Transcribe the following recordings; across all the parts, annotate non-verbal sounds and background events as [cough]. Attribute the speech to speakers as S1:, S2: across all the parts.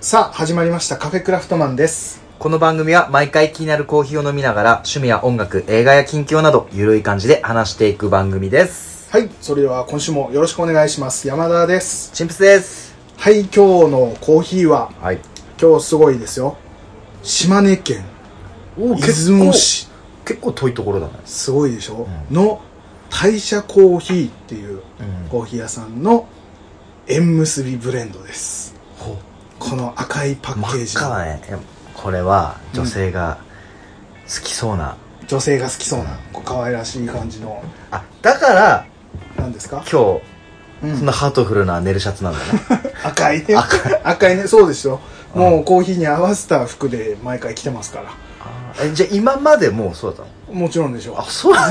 S1: さあ始まりましたカフェクラフトマンです
S2: この番組は毎回気になるコーヒーを飲みながら趣味や音楽、映画や近況などゆるい感じで話していく番組です。
S1: はいそれでは今週もよろしくお願いします山田です
S2: チンプスです。
S1: はい今日のコーヒーは
S2: はい。
S1: 今日すごいですよ島根県
S2: お
S1: 出雲。市
S2: 結構遠いところだね。
S1: すごいでしょ、
S2: う
S1: の大社コーヒーっていう
S2: うん。
S1: コーヒー屋さんの縁結びブレンドです
S2: ほ
S1: この赤いパッケ
S2: 真
S1: ー
S2: っ
S1: ジ
S2: 赤だね。でもこれは女性が好きそうな。
S1: 女性が好きそうなこう可愛らしい感じの
S2: あ、だから
S1: なんですか、
S2: 今
S1: うん
S2: 日、そんなハートフルなネルシャツなんだね。
S1: 赤いね
S2: [laughs] 赤
S1: 赤いねそうですよ
S2: うん
S1: もうコーヒーに合わせた服で毎回着てますから
S2: あーえじゃあ今までもうそうだったの
S1: もちろんでしょ
S2: あ、 [laughs] そうな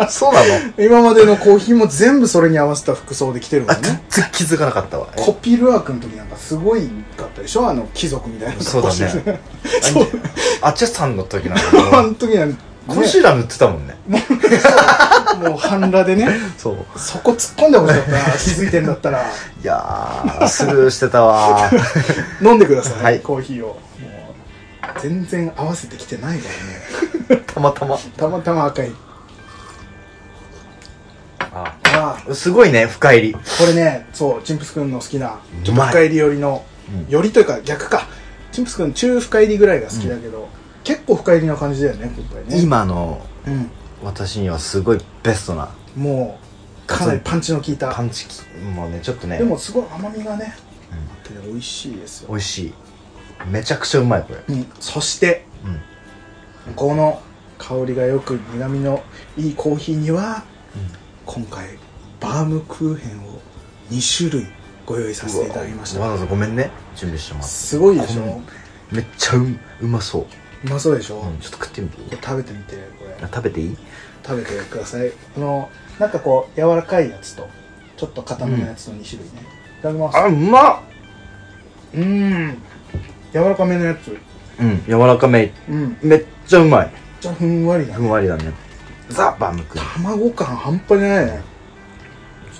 S2: の [laughs] そうなの
S1: う今までのコーヒーも全部それに合わせた服装で着てるも
S2: あ、
S1: んね
S2: 全然気づかなかったわ。え
S1: コピールアークの時なんかすごいかったでしょあの貴族みたいな
S2: そう
S1: 格好して
S2: だね
S1: そう
S2: あっちさんの時な
S1: [laughs] あ
S2: の
S1: の時はね
S2: コンシーラー塗ってたもんね
S1: もう半裸でね
S2: そう
S1: そこ突っ込んでほしかった
S2: [laughs]
S1: な気づいてんだったら
S2: いやースルーしてたわー
S1: 飲んでください、
S2: はい
S1: コーヒーをもう全然合わせてきてないからね
S2: たまたま
S1: たまたま赤い
S2: あ
S1: ああ
S2: すごいね深入り
S1: これねそうチンプスくんの好きなちょ
S2: う
S1: っと
S2: まい
S1: 深入り寄りの
S2: うん
S1: 寄りというか逆かチンプスくん中深入りぐらいが好きだけど、結構深入りな感じだよね今回ね
S2: 今の
S1: うん
S2: 私にはすごいベストな
S1: もうかなりパンチの効いた
S2: パンチきもうねちょっとね
S1: でもすごい甘みがね、あってね美味しいですよ
S2: 美、味しいめちゃくちゃうまいこれ
S1: うん、そして
S2: うん
S1: この香りがよく苦みのいいコーヒーには、
S2: うん
S1: 今回バームクーヘンを2種類ご用意させていただきまし
S2: わ
S1: た
S2: ざわざごめんね準備してます
S1: すごいでし
S2: こ
S1: ょ
S2: んめっちゃううまそう、
S1: うまそうでしょ、
S2: うん、ちょっと食ってみて
S1: 食べてみてこれ
S2: あ食べていい
S1: 食べてくださいあのなんかこう柔らかいやつとちょっと固めのやつの2種類ね、いただきます
S2: うまっ
S1: うーん柔らかめのやつ
S2: うん柔らかめ
S1: うんめっ
S2: めっちゃうまい
S1: ちゃふんわりだ
S2: ふんわりだねザ・バームクーヘン
S1: 卵感半端じゃないね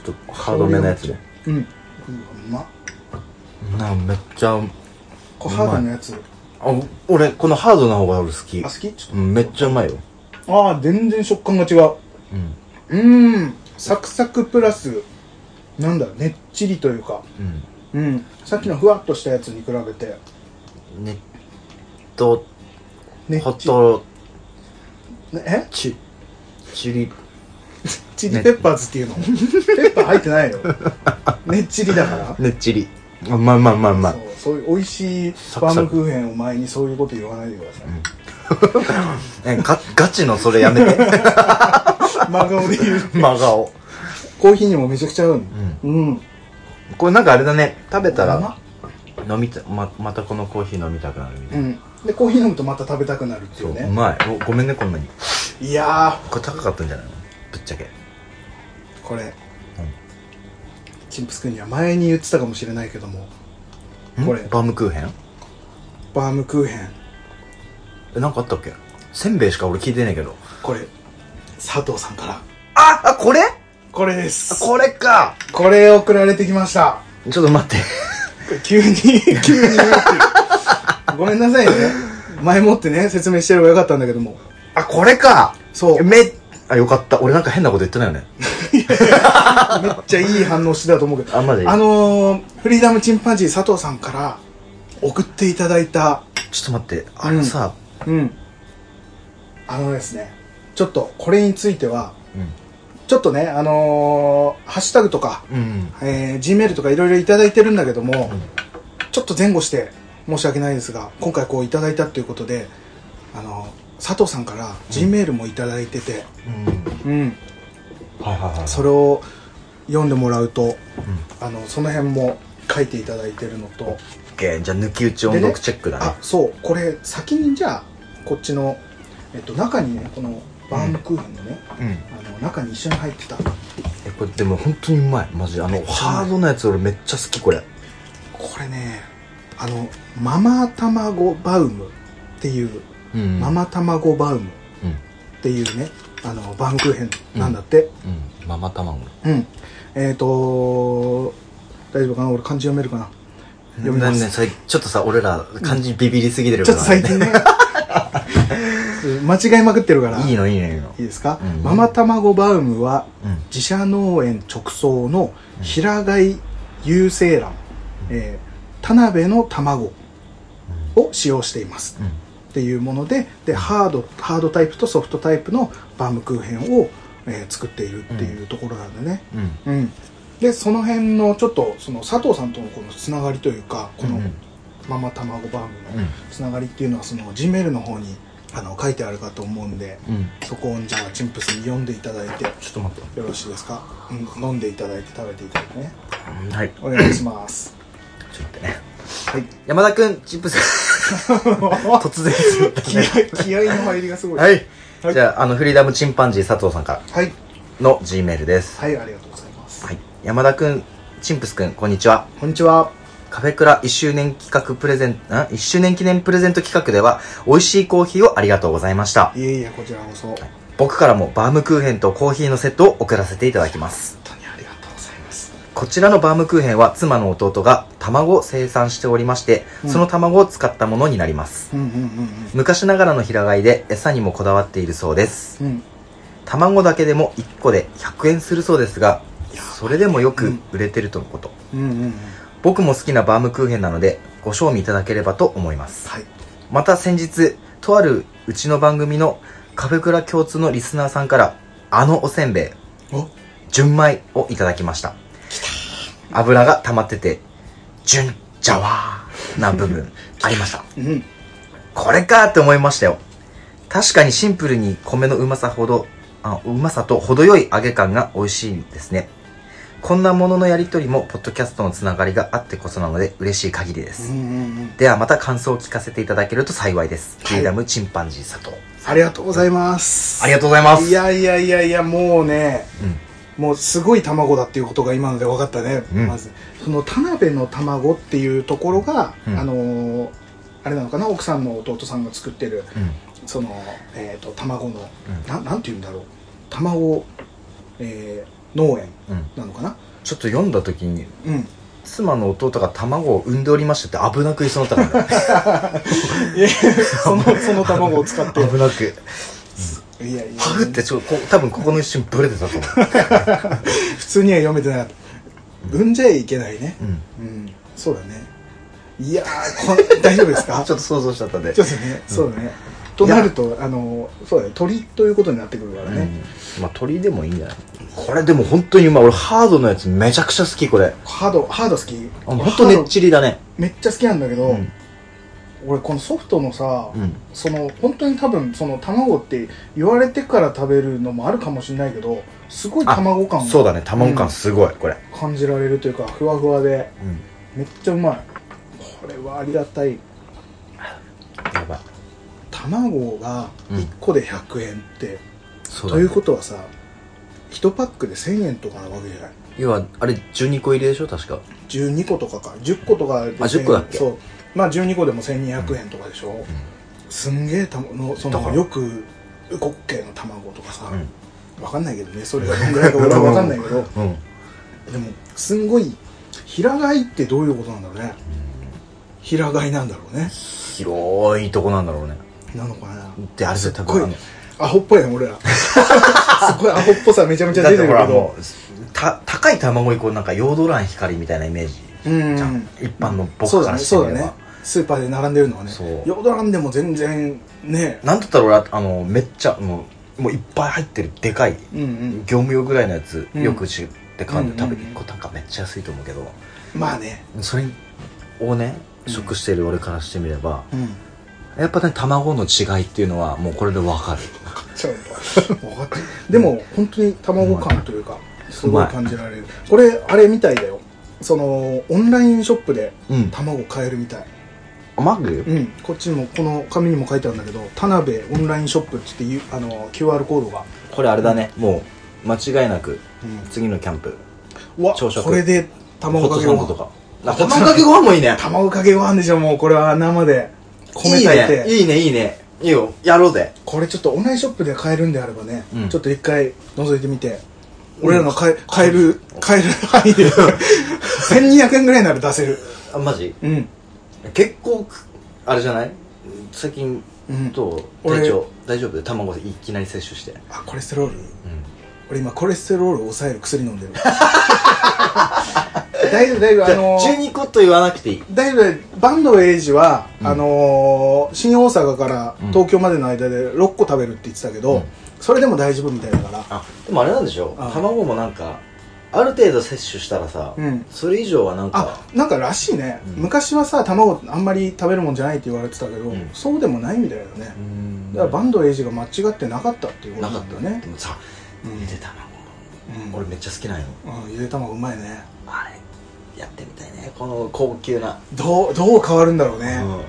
S2: ちょっとハードめのやつね
S1: うんうまっ
S2: なめっちゃ
S1: こう
S2: う
S1: ハ
S2: まい
S1: ードのやつ
S2: あ俺このハードな方が俺好き
S1: あ好きちょっ
S2: うんめっちゃうまいよ
S1: とああ全然食感が違う
S2: うん
S1: うーんサクサクプラスなんだろうねっちりというか
S2: う
S1: うんさっきのふわっとしたやつに比べて
S2: んねっと
S1: ね
S2: ホ
S1: っ
S2: ッ
S1: ちり
S2: ト
S1: え
S2: チチリ
S1: チリペッパーズっていうの、ペッパー入ってない [laughs] よねっちりだから
S2: ねっちりあまあまあまあまあ
S1: そうそういう美味しい
S2: サク
S1: バ
S2: サク
S1: ームクーヘンを前にそういうこと言わないでください
S2: えガガチのそれやめ [laughs] て
S1: 真顔で言う
S2: 真顔
S1: コーヒーにもめちゃくちゃ合うのうん、
S2: これなんかあれだね食べた
S1: う
S2: ら
S1: ま
S2: 飲みたままたこのコーヒー飲みたくなるみた
S1: う
S2: いなん
S1: でコーヒー飲むとまた食べたくなるって
S2: そ
S1: いうう
S2: う
S1: ね
S2: まいおごめんねこんなに
S1: いや
S2: これ高かったんじゃないのぶっちゃけ
S1: ーこれチンプス君には前に言ってたかもしれないけども
S2: ん
S1: これ
S2: バームクーヘン
S1: バームクーヘン
S2: えなんかあったっけせんべいしか俺聞いてないけど
S1: これ佐藤さんから
S2: ああこれ
S1: これです
S2: これか
S1: これ送られてきました
S2: ちょっと待って
S1: 急に急に言うっていうごめんなさいね前もってね説明してればよかったんだけども
S2: あこれか
S1: そう
S2: えめあよかった俺なんか変なこと言ってないよね
S1: めっちゃいい反応してたと思うけど
S2: あマジ
S1: あのー、フリーダムチンパンジー佐藤さんから送っていただいた
S2: ちょっと待ってあれさ、
S1: うんあのですねちょっとこれについては
S2: う
S1: ちょっとねあのー、ハッシュタグとか、
S2: ん、うん
S1: えー、Gmail とかいろいろいただいてるんだけども、
S2: ん
S1: ちょっと前後して申し訳ないですが今回こういただいたということであの佐藤さんから Gmail もいただいてて、うん、
S2: はいはいはい
S1: それを読んでもらうと
S2: うん
S1: あのその辺も書いていただいてるのと
S2: OK じゃあ抜き打ち音読チェックだね
S1: あそうこれ先にじゃあこっちの、えっと、中にねこのバームクーヘンのね、
S2: うん
S1: あの中に一緒に入ってた
S2: えこれでも本当にうまいマジあのハードなやつ俺めっちゃ好きこれ
S1: これねあのママ卵バウムっていう、
S2: うん
S1: ママ卵バウム
S2: うん
S1: っていうねあのバームクーヘンなんだって
S2: うんママ卵
S1: うん、えっ、ー、と大丈夫かな俺漢字読めるかな読みます
S2: ねさいちょっとさ、俺ら、漢字ビビりすぎてる
S1: ち
S2: か
S1: ょっ
S2: ら、
S1: と最近ね [laughs] 間違いまくってるから
S2: いいの、いいの、いいの。
S1: いいですか、
S2: うん
S1: ママたまごバウムは
S2: うん。
S1: 自社農園直送の平飼い有精卵、えー田辺の卵を使用しています
S2: うん。
S1: っていうものででハードハードタイプとソフトタイプのバームクーヘンを、えー作っているっていうところなんでね、
S2: うん。
S1: うんでその辺のちょっとその佐藤さんとのこのつながりというかこの
S2: うん
S1: ママたまごバーム
S2: う
S1: の
S2: ん。
S1: つながりっていうのはその G メールの方にあの書いてあるかと思うんで
S2: うん。
S1: そこをじゃあチンプスに読んでいただいてよ
S2: ちょっと待って。
S1: ろしいですか、うん、飲んでいただいて食べていただいてね
S2: はい。ちょ
S1: お願いします
S2: っと待ってね。 [laughs]
S1: はい
S2: 山田くん、チップス。突然すぎた
S1: 気合気合の入りがすごい
S2: はい。
S1: はい
S2: じゃあ、あの、フリーダムチンパンジー佐藤さんから
S1: はい、
S2: の G メールです。
S1: はい、ありがとうございます
S2: はい。山田くん、チンプスくん、こんにちは。
S1: こんにちは
S2: カフェクラ1周年企画プレゼン、ん ?1 周年記念プレゼント企画では、美味しいコーヒーをありがとうございました。
S1: いえいえこちらこそ本
S2: 僕からもバームクーヘンとコーヒーのセットを送らせていただきます。
S1: 当にありがとうございます
S2: こちらのバームクーヘンは妻の弟が卵を生産しておりまして、
S1: うん
S2: その卵を使ったものになります。
S1: うんうん
S2: 昔ながらの平飼いで餌にもこだわっているそうです。
S1: うんうんうん
S2: 卵だけでも1個で100円するそうですが、それでもよく売れてるとのこと。
S1: うんうんうん
S2: 僕も好きなバームクーヘンなので、ご賞味いただければと思います。
S1: はい
S2: また先日とあるうちの番組のカフェクラ共通のリスナーさんからあのおせんべい
S1: お
S2: 純米をいただきました油が溜まってて純ジャワーな部分ありました
S1: うん
S2: これかって思いましたよ確かにシンプルに米のうまさほどあうまさと程よい揚げ感が美味しいですねこんなもののやりとりもポッドキャストのつながりがあってこそなので嬉しい限りで
S1: う
S2: す、
S1: んうんうん
S2: ではまた感想を聞かせていただけると幸いです。
S1: はい
S2: フリーダムチンパンジー佐藤。
S1: ありがとうございます
S2: ありがとうございます。
S1: いやいやいやいやもうね
S2: うん。
S1: もうすごい卵だっていうことが今ので分かったね、
S2: うん
S1: まずその田辺の卵っていうところが、
S2: うん
S1: あのーあれなのかな奥さんの弟さんが作ってるその、えー、と卵の、
S2: うん
S1: ななんて言うんだろう卵、えー農園
S2: うん。うん。
S1: なのかな
S2: ちょっと読んだ時に、
S1: うん
S2: 妻の弟が卵を産んでおりましたって危なく言いそうになったから、 [laughs] ね、
S1: いやそのその卵を使って
S2: 危な [laughs] く。
S1: いやいや
S2: ハグってちょ、こ多分ここの一瞬ブレてたと思
S1: 普通には読めてなかった産んじゃいけないね
S2: う。 [laughs] うん。
S1: うんそうだねいやーこん大丈夫ですか
S2: [laughs] ちょっと想像しちゃったんで。
S1: ちょっとね、そうだね。となると、あの、そうだね、鳥ということになってくるから
S2: う
S1: ね。
S2: んまあ鳥でもいいんじゃないこれでも本当に今俺ハードのやつめちゃくちゃ好きこれ。
S1: ハード、ハード好き。
S2: あ本当ねっ
S1: ハー
S2: ちりだね。
S1: ドめっちゃ好きなんだけど、
S2: うん。
S1: 俺このソフトのさ、
S2: うん。
S1: その本当に多分その卵って言われてから食べるのもあるかもしれないけどすごい卵感
S2: そう
S1: が
S2: だね。卵感すごい、これ。
S1: 感じられるというかふわふわで
S2: うん。
S1: めっちゃうまいこれはありがたい
S2: やばい。
S1: 卵が1個で100円って、
S2: そう
S1: と
S2: だね
S1: いうことはさ1パックで1000円とかなわけじゃない
S2: 要はあれ12個入りでしょ確か
S1: 12個とかか10個とかで
S2: あ10個だっけ
S1: そうまあ12個でも1200円とかでしょ、すんげえたのそ
S2: だ
S1: の
S2: から
S1: よくうこっけいの卵とかさ、
S2: うん
S1: わかんないけどねそれがどんぐらいか俺はわかんないけど
S2: [laughs] うん
S1: でもすんごい平飼いってどういうことなんだろうね平飼いなんだろうね
S2: 広いとこなんだろうね
S1: なのかな
S2: であれ
S1: す
S2: で
S1: っ
S2: 多
S1: ごい
S2: 分あの
S1: アホっぽいね俺
S2: [laughs]
S1: らすごいアホっぽさめちゃめちゃ
S2: だっ
S1: 出
S2: て
S1: てる
S2: ほ
S1: け
S2: ら
S1: ど
S2: もうた高い卵以降なんかヨード卵光みたいなイメージ
S1: うん
S2: じゃん一般の
S1: そう
S2: 僕か
S1: だ
S2: ら
S1: ね
S2: して
S1: そう
S2: み
S1: だ
S2: れば、
S1: ねスーパーで並んでるのはね
S2: そう
S1: ヨードランでも全然ね
S2: なんだったら俺あのめっちゃもうもういっぱい入ってるでかい
S1: うんうん
S2: 業務用ぐらいのやつ、
S1: うん
S2: よく知って買うんで多分
S1: うんうんうん
S2: 1個単価めっちゃ安いと思うけど
S1: まあね
S2: それをね
S1: うん
S2: 食してる俺からしてみれば、
S1: うん
S2: やっぱね卵の違いっていうのはもうこれでわかる
S1: ちょっと分かってでも本当に卵感というかすごい感じられるこれあれみたいだよそのオンラインショップで
S2: うん
S1: 卵買えるみたい
S2: マグ
S1: うんこっちにもこの紙にも書いてあるんだけど田辺オンラインショップって言ってゆあの QR コードが、
S2: これあれだねもう間違いなく
S1: う
S2: 次のキャンプ
S1: ん、うわ
S2: 朝食
S1: これで
S2: ホ
S1: 卵
S2: ット
S1: かけ
S2: サ
S1: ご
S2: ンドと
S1: 飯
S2: かあホットかけご飯もいいね
S1: 卵かけご飯でしょもうこれは生で米炊いて
S2: いいねいいねいいねいいよやろうぜ
S1: これちょっとオンラインショップで買えるんであればね、
S2: うん
S1: ちょっと一回覗いてみて、俺らの買え買える買える範囲で1200円ぐらいなら出せる
S2: あマジ
S1: うん
S2: 結構くあれじゃない最近
S1: うん
S2: と
S1: 俺
S2: 体調大丈夫卵いきなり摂取して
S1: あコレステロール
S2: うん
S1: 俺今コレステロールを抑える薬飲んで
S2: [laughs]
S1: る大丈夫大丈夫あのー
S2: 12個と言わなくていい
S1: 大丈夫だよ坂東栄治は、
S2: うん
S1: あのー新大阪から
S2: うん
S1: 東京までの間で6個食べるって言ってたけど、
S2: うん
S1: それでも大丈夫みたいだから
S2: あでもあれなんでしょ
S1: あ
S2: 卵もなんかある程度摂取したらさ
S1: うん
S2: それ以上はなんか
S1: あなんからしいね、
S2: うん
S1: 昔はさ卵あんまり食べるもんじゃないって言われてたけど、
S2: うん
S1: そうでもないみたいだね
S2: う、ん
S1: だから坂東栄治が間違ってなかったっていうこと
S2: な
S1: な
S2: か
S1: ん
S2: っ
S1: だ
S2: た
S1: よ
S2: ね
S1: ね
S2: でもさ
S1: うん
S2: ゆで卵
S1: うん
S2: 俺めっちゃ好きなんよ
S1: うんゆで卵うまいね
S2: あれやってみたいねこの高級な
S1: どうどう変わるんだろうね、
S2: うん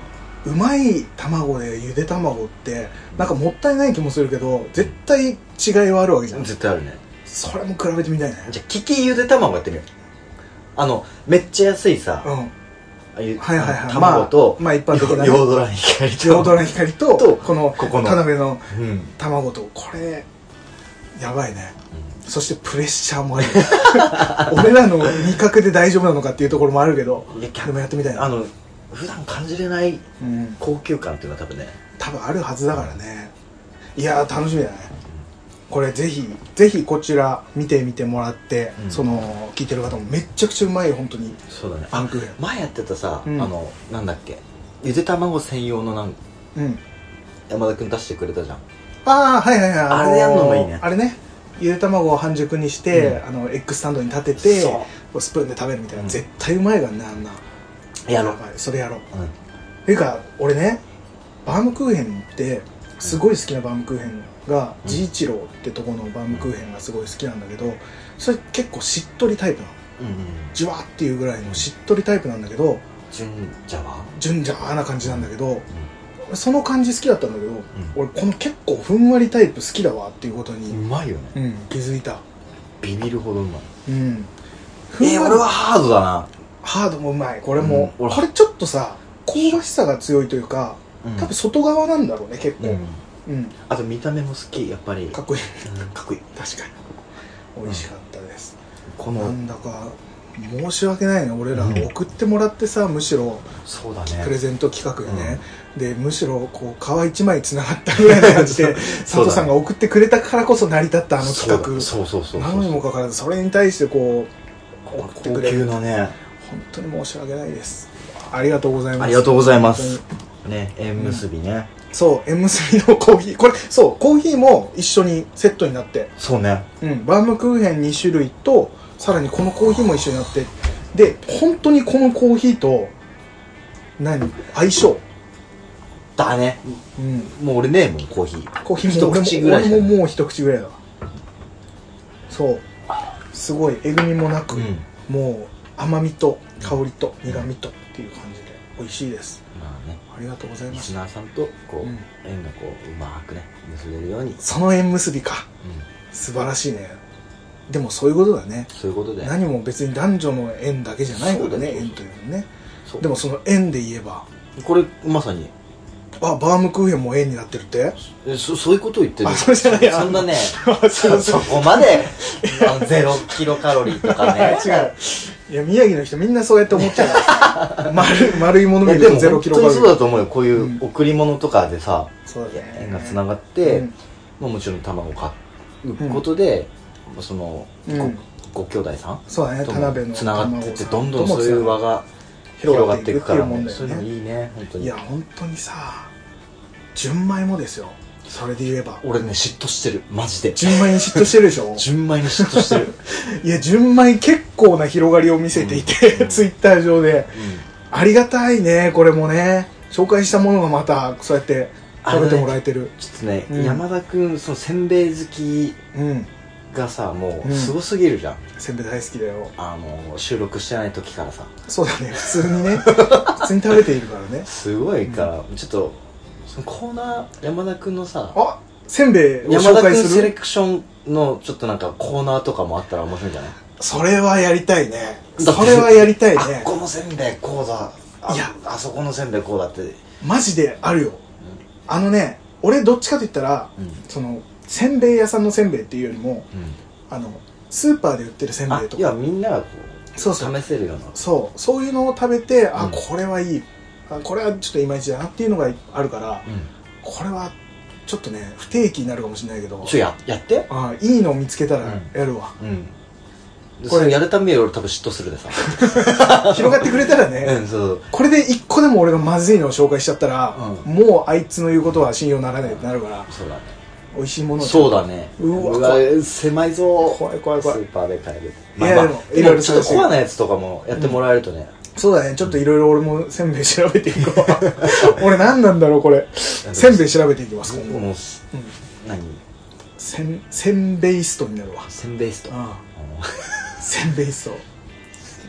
S1: うまい卵でゆで卵ってなんかもったいない気もするけど絶対違いはあるわけじゃん
S2: 絶対あるね
S1: それも比べてみたいね
S2: じゃあ利きゆで卵やってみようあのめっちゃ安いさ
S1: う
S2: [laughs]
S1: ん
S2: ああいう
S1: はいはいはい
S2: 卵と
S1: まあまあ一般的なね
S2: ヨード卵光と
S1: ヨードラ光と
S2: と
S1: この
S2: ここの
S1: 田辺の
S2: うん
S1: 卵とこれやばいねそしてプレッシャーもある [laughs] 俺らの味覚で大丈夫なのかっていうところもあるけど
S2: いや逆
S1: でもやってみたいな、
S2: あの普段感じれない
S1: うん、
S2: 高級感っていうのは多分ね
S1: 多分あるはずだからねいやー楽しみだねこれぜひぜひこちら見てみてもらって、
S2: うん
S1: その聞いてる方もめっちゃくちゃうまいよ本当に
S2: そうだね
S1: パ
S2: あ
S1: ンクーヘン
S2: 前やってたさ、
S1: うん
S2: あのなんだっけゆで卵専用のなん
S1: うん
S2: 山田君出してくれたじゃん
S1: ああはいはいはい
S2: あれ
S1: のー
S2: やんのもいいね
S1: あれねゆで卵を半熟にして、
S2: うん
S1: あのエッグスタンドに立てて
S2: そう
S1: こうスプーンで食べるみたいな、
S2: うん
S1: 絶対うまいがんねあんな
S2: やろう
S1: やばいそれやろう
S2: うん
S1: っていうか俺ねバームクーヘンってすごい好きなバームクーヘンが
S2: うん
S1: 治一郎ってとこのバームクーヘンがすごい好きなんだけどそれ結構しっとりタイプなの
S2: うんうん
S1: ジュワっていうぐらいのしっとりタイプなんだけど
S2: 純茶は
S1: 純ジャーな感じなんだけどその感じ好きだったんだけど、
S2: う
S1: 俺この結構ふんわりタイプ好きだわっていうこと
S2: う
S1: に、
S2: まいよね
S1: うん、気づいた
S2: ビビるほどうまい
S1: うんふ
S2: え
S1: ん
S2: ー、
S1: わ
S2: 俺
S1: り
S2: はハードだな
S1: ハードもうまいこれも、
S2: うん俺
S1: これちょっとさ香ばしさが強いというか
S2: うん
S1: 多分外側なんだろうね結構、
S2: うん
S1: うん、
S2: あと見た目も好きやっぱり
S1: かっこいい
S2: うんかっこいい
S1: 確かに美味しかったです、
S2: こ
S1: な
S2: の
S1: んだか申し訳ないね俺ら
S2: うん
S1: 送ってもらってさむしろ
S2: そうだ
S1: プレ
S2: ね
S1: ゼント企画でね、でむしろこう皮一枚つながったぐらいの感じ
S2: [laughs] そ
S1: で
S2: う
S1: 佐藤さんが送ってくれたからこそ成り立ったあの企画
S2: そうそうそうそう
S1: なのにもかかわらずそれに対してこう
S2: 高
S1: 送ってくれ
S2: 級
S1: る
S2: なね
S1: 本当に申し訳ないですありがとうございます
S2: ありがとうございます
S1: 本
S2: ね縁結びね
S1: 当にそう縁結びのコーヒーこれそうコーヒーも一緒にセットになって
S2: そうね
S1: うん、バームクーヘン2種類とさらにこのコーヒーも一緒になってで本当にこのコーヒーと何相性、
S2: だね
S1: うん、
S2: もう俺ねもうコーヒー
S1: コーヒーも
S2: 一
S1: 俺も
S2: 口ぐらいしか
S1: 俺も
S2: ね
S1: もう一口ぐらいだわそうすごいえぐみもなく、
S2: うん
S1: もう甘みと香りと苦みとっていう感じで美味しいです
S2: まあね
S1: ありがとうござい
S2: リ
S1: ま
S2: ス
S1: す
S2: ナーさんとこう、
S1: うん
S2: 縁がこううまくね結べるように、うん、
S1: その縁結びか素晴らしいねでもそういうことだね
S2: そういうことで
S1: 何も別に男女の縁だけじゃないから
S2: そうだ
S1: ね
S2: ね
S1: 縁というのはね
S2: そう
S1: でもその円で言えば
S2: これまさに
S1: あバームクーヘンも円になってるって
S2: えそそういうことを言ってる
S1: あそうじゃない
S2: そん
S1: [laughs]
S2: なね
S1: あすいません
S2: そこまであのゼロキロカロリーと
S1: [laughs]
S2: かね
S1: 違ういや宮城の人みんなそうやって思っちゃ
S2: [laughs]
S1: うから丸丸いもの
S2: い
S1: 見る
S2: やで
S1: と
S2: も
S1: ゼロ
S2: 本
S1: キロ
S2: 当
S1: カロ
S2: に
S1: リー
S2: そうだと思うよこうい
S1: うん
S2: う贈り物とかでさ、
S1: そうだね
S2: 縁がつながって、
S1: うん
S2: まあ、もちろん卵を買うことで、まあその、
S1: うん
S2: ごご兄弟さん
S1: そうだね
S2: と
S1: 田
S2: も
S1: 辺の
S2: つながってってどんどん
S1: 卵
S2: そう
S1: さ
S2: いう輪が広がっていくから、ね、
S1: 広
S2: そうい
S1: が
S2: う
S1: って
S2: の
S1: いくっていうもんだよね
S2: いいね本当に
S1: いや本当にさ純米もですよそれで言えば
S2: 俺ね嫉妬してるマジで
S1: 純米に嫉妬してるでし
S2: [laughs]
S1: ょ
S2: 純米に嫉妬
S1: [laughs]
S2: してる、
S1: いや純米結構な広がりを見せていて、
S2: うん
S1: ツイッター上でありがたいねこれもね紹介したものがまたそうやって食べてもらえてる、
S2: ちょっとね、
S1: うん
S2: 山田君そのせんべい好き
S1: うん
S2: がさも
S1: う
S2: うんすごすぎるじゃん、
S1: せんべい大好きだよ
S2: あの収録してない時からさ
S1: そう
S2: [laughs]
S1: だね普通にね普通に食べているからね
S2: すごいから、ちょっとそのコーナー山田君のさ
S1: あせんべいを
S2: 山
S1: 紹
S2: 田
S1: 介
S2: 君
S1: す
S2: セレ
S1: る
S2: クションのちょっとなんかコーナーとかもあったら面白いんじゃない
S1: それはやりたいね
S2: だって
S1: それはやりたい
S2: あっ
S1: ね
S2: このせんべいこうだあ
S1: いや
S2: あそこのせんべいこうだって、うん
S1: マジであるよあのね俺どっちかと言ったらそのせんべい屋さんのせんべいっていうよりも
S2: うん
S1: あのスーパーで売ってるせん
S2: あ
S1: べいと
S2: いや
S1: か
S2: みんながこう
S1: そうそう
S2: 試せるような
S1: そうそういうのを食べて、
S2: う
S1: あ
S2: ん
S1: これはいいあこれはちょっといまいちだなっていうのがあるからこれはちょっとね不定期になるかもしれないけど
S2: ちょややって
S1: あいいのを見つけたらやるわ、
S2: うんで
S1: これ
S2: それやるたびに俺多分嫉妬するでさ
S1: 広がってくれたらね、
S2: うん [laughs] そう
S1: これで一個でも俺がまずいのを紹介しちゃったら、
S2: う
S1: もうあいつの言うことは信用ならないってなるから
S2: そうだね
S1: 美味しいものを
S2: そうだね
S1: うわ
S2: 狭いぞ
S1: 怖い怖い怖い
S2: スーパーで買える
S1: いやでもいろいろ
S2: ちょっ
S1: 探し
S2: と
S1: て
S2: コアなやつとかもやってもらえるとね
S1: そうだねちょっといろいろ俺もせんべい調べていこ
S2: [laughs]
S1: う俺何なんだろうこれせんべい調べていきます今後、
S2: も
S1: う
S2: う
S1: ん
S2: 何
S1: せんせんべいストになるわ
S2: せんべいスト
S1: ああせんべいスト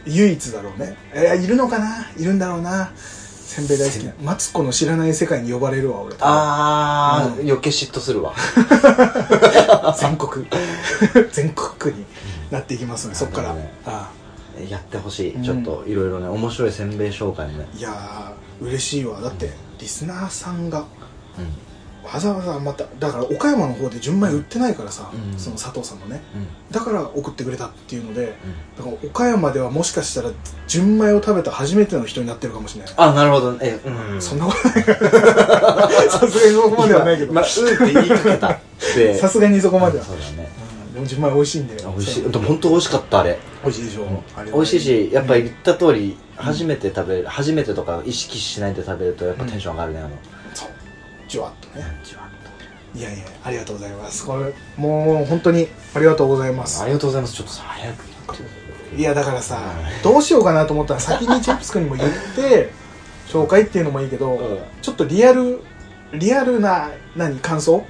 S1: 唯一だろうねいやいるのかないるんだろうなせんべい大好きなマツコの知らない世界に呼ばれるわ俺
S2: あー
S1: うん
S2: 余計嫉妬するわ [laughs]
S1: 全国 [laughs] 全国区になっていきますねそっから、
S2: なるほどね
S1: あ
S2: やってほし
S1: う
S2: い
S1: ん
S2: ちょっといろいろね面白いせんべい紹介もね
S1: あいやー嬉しいわだってリスナーさんが
S2: う
S1: わざわざまただから岡山の方で純米売ってないからさ、
S2: うん
S1: その佐藤さんもね
S2: んうん
S1: だから送ってくれたっていうのでだから岡山ではもしかしたら純米を食べた初めての人になってるかもしれない
S2: あなるほどねえうん
S1: そんなことない
S2: [laughs]
S1: さすがにそこまではないけど
S2: まあ、うーって言いかけた
S1: [laughs]
S2: って
S1: さすがにそこまでは
S2: そうだね
S1: うんでも純米美味しいんだ
S2: あ
S1: よ
S2: 美味しい
S1: そう
S2: でも本当美味しかったあれ
S1: 美味しいでしょ、あれは
S2: 美味しいしやっぱり言った通り初めて食べる初めてとか意識しないで食べるとやっぱテンション上がるねあの
S1: そうじゅわっとね
S2: じゅわっ
S1: いやいやありがとうございますこれもう本当にありがとうございま
S2: と
S1: す
S2: ありがとうございますちょっとさ早く言って
S1: いやだからさどうしようかなと思ったら先にチップス君にも言って紹介っていうのもいいけど、
S2: うん
S1: ちょっとリアルリアルな何感想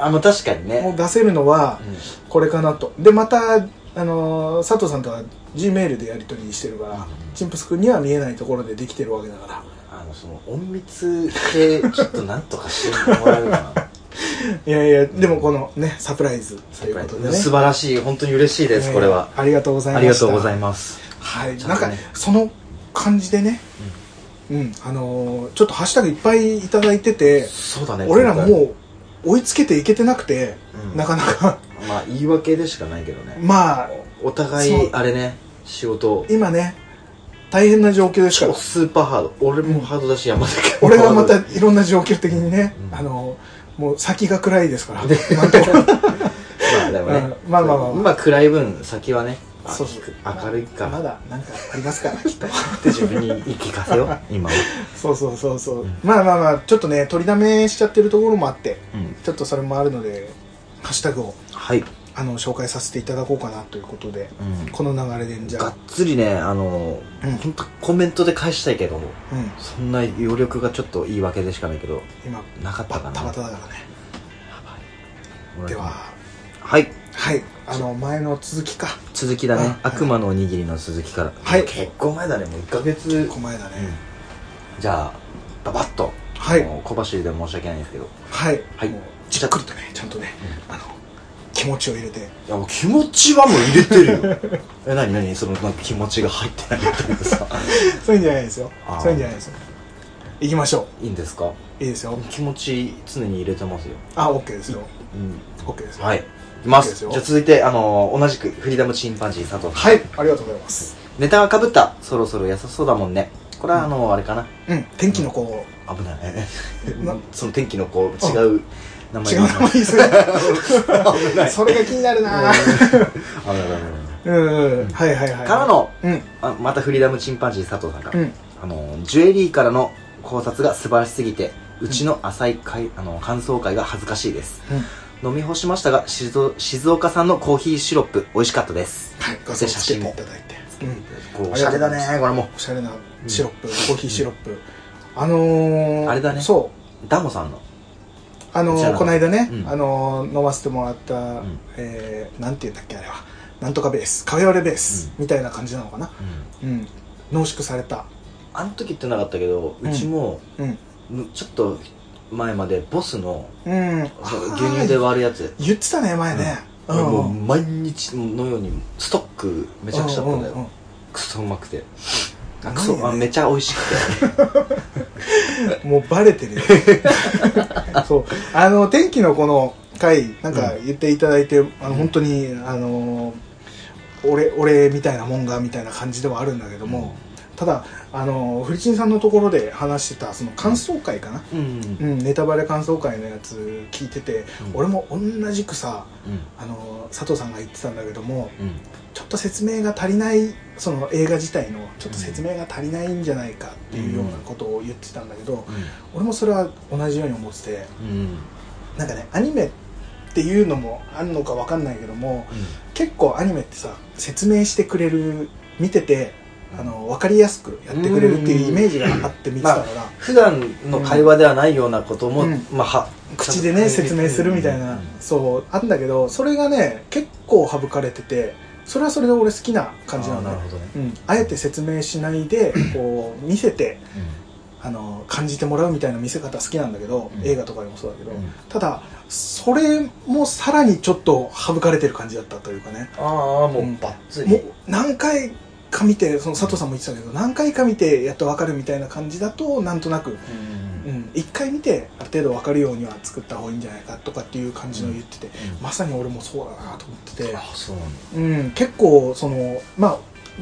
S2: あの確かに
S1: を
S2: ね
S1: 出せるのは
S2: うん
S1: これかなとでまたあのー佐藤さんとは G メールでやり取りしてるから、チンプス君には見えないところでできてるわけだか
S2: あのその隠密系ちょっとなんとかしてもらえるかな
S1: らいやいやでもこのねサプライズということでね
S2: [laughs] 素晴らしい本当に嬉しいですこれはい
S1: やいやありがとうございま
S2: あ
S1: した
S2: りがとうございます
S1: はい、
S2: ち
S1: な
S2: ゃ
S1: ん
S2: んとね
S1: かその感じでね、うん、あのーちょっとハッシュタグいっぱいいただいてて、
S2: そうだね
S1: 俺ら
S2: 今
S1: もう追いつけていけてなくて、
S2: うん
S1: なかなか、
S2: 回まあ言い訳でしかないけどね
S1: まあ、
S2: お互
S1: そう
S2: いあれね仕事
S1: 今ね、大変な状況ですか
S2: 超
S1: ら、
S2: スーパーハード俺もハードだし山崎君も
S1: 俺はま
S2: [laughs]
S1: たいろんな状況的にね、
S2: うん
S1: あのーもう先が暗いですから、
S2: で
S1: 今のと
S2: [laughs]
S1: ころ
S2: まあでもね、
S1: うんまあまあまあ
S2: 今暗い分先はねあ
S1: そうそう
S2: 明るいから、
S1: まだなんかありますから、きっと。
S2: って自分に言い聞かせよ [laughs] う今は
S1: そうそうそうそう、まあまあまあ、ちょっとね、取りだめしちゃってるところもあって、
S2: うん
S1: ちょっとそれもあるので、ハッシュタグを。
S2: はい、
S1: あの紹介させていただこうかなということで、
S2: うん
S1: この流れでじゃ
S2: がっ
S1: あ、
S2: つりねあの
S1: うん
S2: 本当、コメントで返したいけども
S1: うん、
S2: そんな余力がちょっと言い訳でしかないけど
S1: 今
S2: なかった
S1: バ
S2: か
S1: ッ
S2: な
S1: タバタだからねでは
S2: はい
S1: はいあの前の続きか
S2: 続きだね、
S1: あ
S2: 悪魔のおにぎりの鈴木から
S1: はい
S2: 結構前だねもう1ヶ月
S1: ここ前だね、
S2: じゃあババッと
S1: はい
S2: もう小走りで申し訳ないんですけど
S1: はい、
S2: はい
S1: もうじっくりとねちゃんとね、あの気持ちを入れて
S2: いやもう気持ちはもう入れてるよ [laughs] え何何そのなんか気持ちが入ってないっていうかさ [laughs]
S1: そういうんじゃないですよ
S2: あー
S1: そういうんじゃないですよ行きましょ
S2: いいんですか
S1: ういいですよ
S2: 気持ち常に入れてますよ、
S1: あオッケーですよ
S2: うん、
S1: オッケーですよ
S2: はいいきま
S1: いいですす
S2: じゃ
S1: よ
S2: あ続いてあのー同じくフリーダムチンパンジー佐藤
S1: はいいありがとうございます
S2: ネタがかぶったそろそろ優しそうだもんねこれはあのーあれかな
S1: うん天気の子を
S2: 危ないね
S1: な
S2: [laughs] その天気のこう違う名前
S1: 違うのもいいですね
S2: 危ない
S1: それが気になるな
S2: 危ない危ない危ない
S1: うん、うんうん、はいはいはい
S2: からの
S1: うん
S2: あまたフリーダムチンパンジー佐藤さんから、
S1: うん
S2: あのジュエリーからの考察が素晴らしすぎてうちの浅い会あの感想会が恥ずかしいです
S1: うん
S2: 飲み干しましたが静お静岡産のコーヒーシロップ美味しかったです
S1: はい、画
S2: そ
S1: 像
S2: して
S1: を
S2: 写
S1: つけてい
S2: 真も
S1: ただいて、うん、
S2: こう
S1: あ
S2: お
S1: り
S2: し
S1: が
S2: ゃ
S1: と
S2: れ
S1: うご
S2: だ
S1: ざいます
S2: ねこれも
S1: おしゃれなシロップ、コーヒーシロップ、あのー、
S2: あれだね
S1: そう
S2: ダモさんの
S1: あの
S2: こちら
S1: ー、
S2: の
S1: この間ね、
S2: うん
S1: あのー、飲ませてもらった、
S2: ん
S1: えー、なんて言うんだっけあれはなんとかベースカフェオレベース、みたいな感じなのかなうん濃縮された
S2: あの時言ってなかったけど
S1: うん
S2: うちも、
S1: うん
S2: むちょっと前までボスの
S1: うんあ
S2: その
S1: ー
S2: 牛乳で割るやつ
S1: 言ってたね前ね、うん
S2: 俺もう
S1: うん
S2: 毎日のようにストックめちゃくちゃあったんだよ、
S1: うう
S2: クソうまくて
S1: あ
S2: クソ、
S1: ないよね
S2: あめちゃ美味しくて
S1: うんもうバレてるよ [laughs] そうあの天気のこの回なんか言っていただいて、あの本当にあのー俺俺みたいなもんがみたいな感じではあるんだけども、ただあのフリチンさんのところで話してたその感想会かな、
S2: うん
S1: うんネタバレ感想会のやつ聞いてて、
S2: うん
S1: 俺も同じくさ
S2: うん
S1: あの佐藤さんが言ってたんだけども
S2: うん
S1: ちょっと説明が足りないその映画自体のちょっと説明が足りないんじゃないかっていうようなことを言ってたんだけど、俺もそれは同じように思ってて
S2: うん
S1: なんかねアニメっていうのもあるのか分かんないけども結構アニメってさ説明してくれる見ててあの分かりやすくやってくれるっていうイメージがあって見てたから、
S2: 普段の会話ではないようなことも、
S1: うん
S2: まあは
S1: 口でね説明するみたいな、
S2: うん
S1: そうあんだけどそれがね結構省かれててそれはそれで俺好きな感じなんだ
S2: あー
S1: よ
S2: なるほどね、
S1: うん、あえて説明しない [clears throat] でこう見せてあの感じてもらうみたいな見せ方好きなんだけど、
S2: うん
S1: 映画とかでもそうだけど、
S2: うん
S1: ただそれもさらにちょっと省かれてる感じだったというかね
S2: ああも
S1: うん
S2: うバッツ
S1: も
S2: リ
S1: う何回か見てその佐藤さんも言ってたけど何回か見てやっと分かるみたいな感じだとなんとなく
S2: うん
S1: うん、1回見てある程度分かるようには作った方がいいんじゃないかとかっていう感じの言ってて、まさに俺もそうだなと思ってて
S2: あ、そうなん
S1: う
S2: だ
S1: ん、結構その、まあ、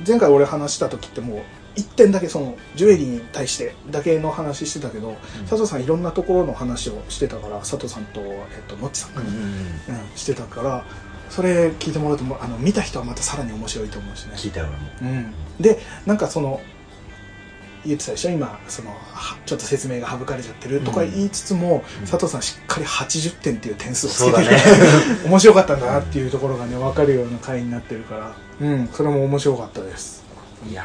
S1: 前回俺話した時ってもう1点だけそのジュエリーに対してだけの話してたけど、佐藤さんいろんなところの話をしてたから佐藤さんと、えっと、のっちさんか
S2: うん
S1: な、
S2: う
S1: うん
S2: んうん
S1: してたからそれ聞いてもらうともうあの見た人はまたさらに面白いと思うしね。
S2: 聞いたよ俺も
S1: うん、でなんかその言ってたでしょ今そのはちょっと説明が省かれちゃってるとか言いつつも、
S2: うん
S1: 佐藤さんしっかり80点っていう点数をつ
S2: そう
S1: け
S2: だ
S1: て
S2: ね
S1: きて、 [laughs] 面白かったんだなっていうところがね分かるような回になってるから、うん、それも面白かったです
S2: いや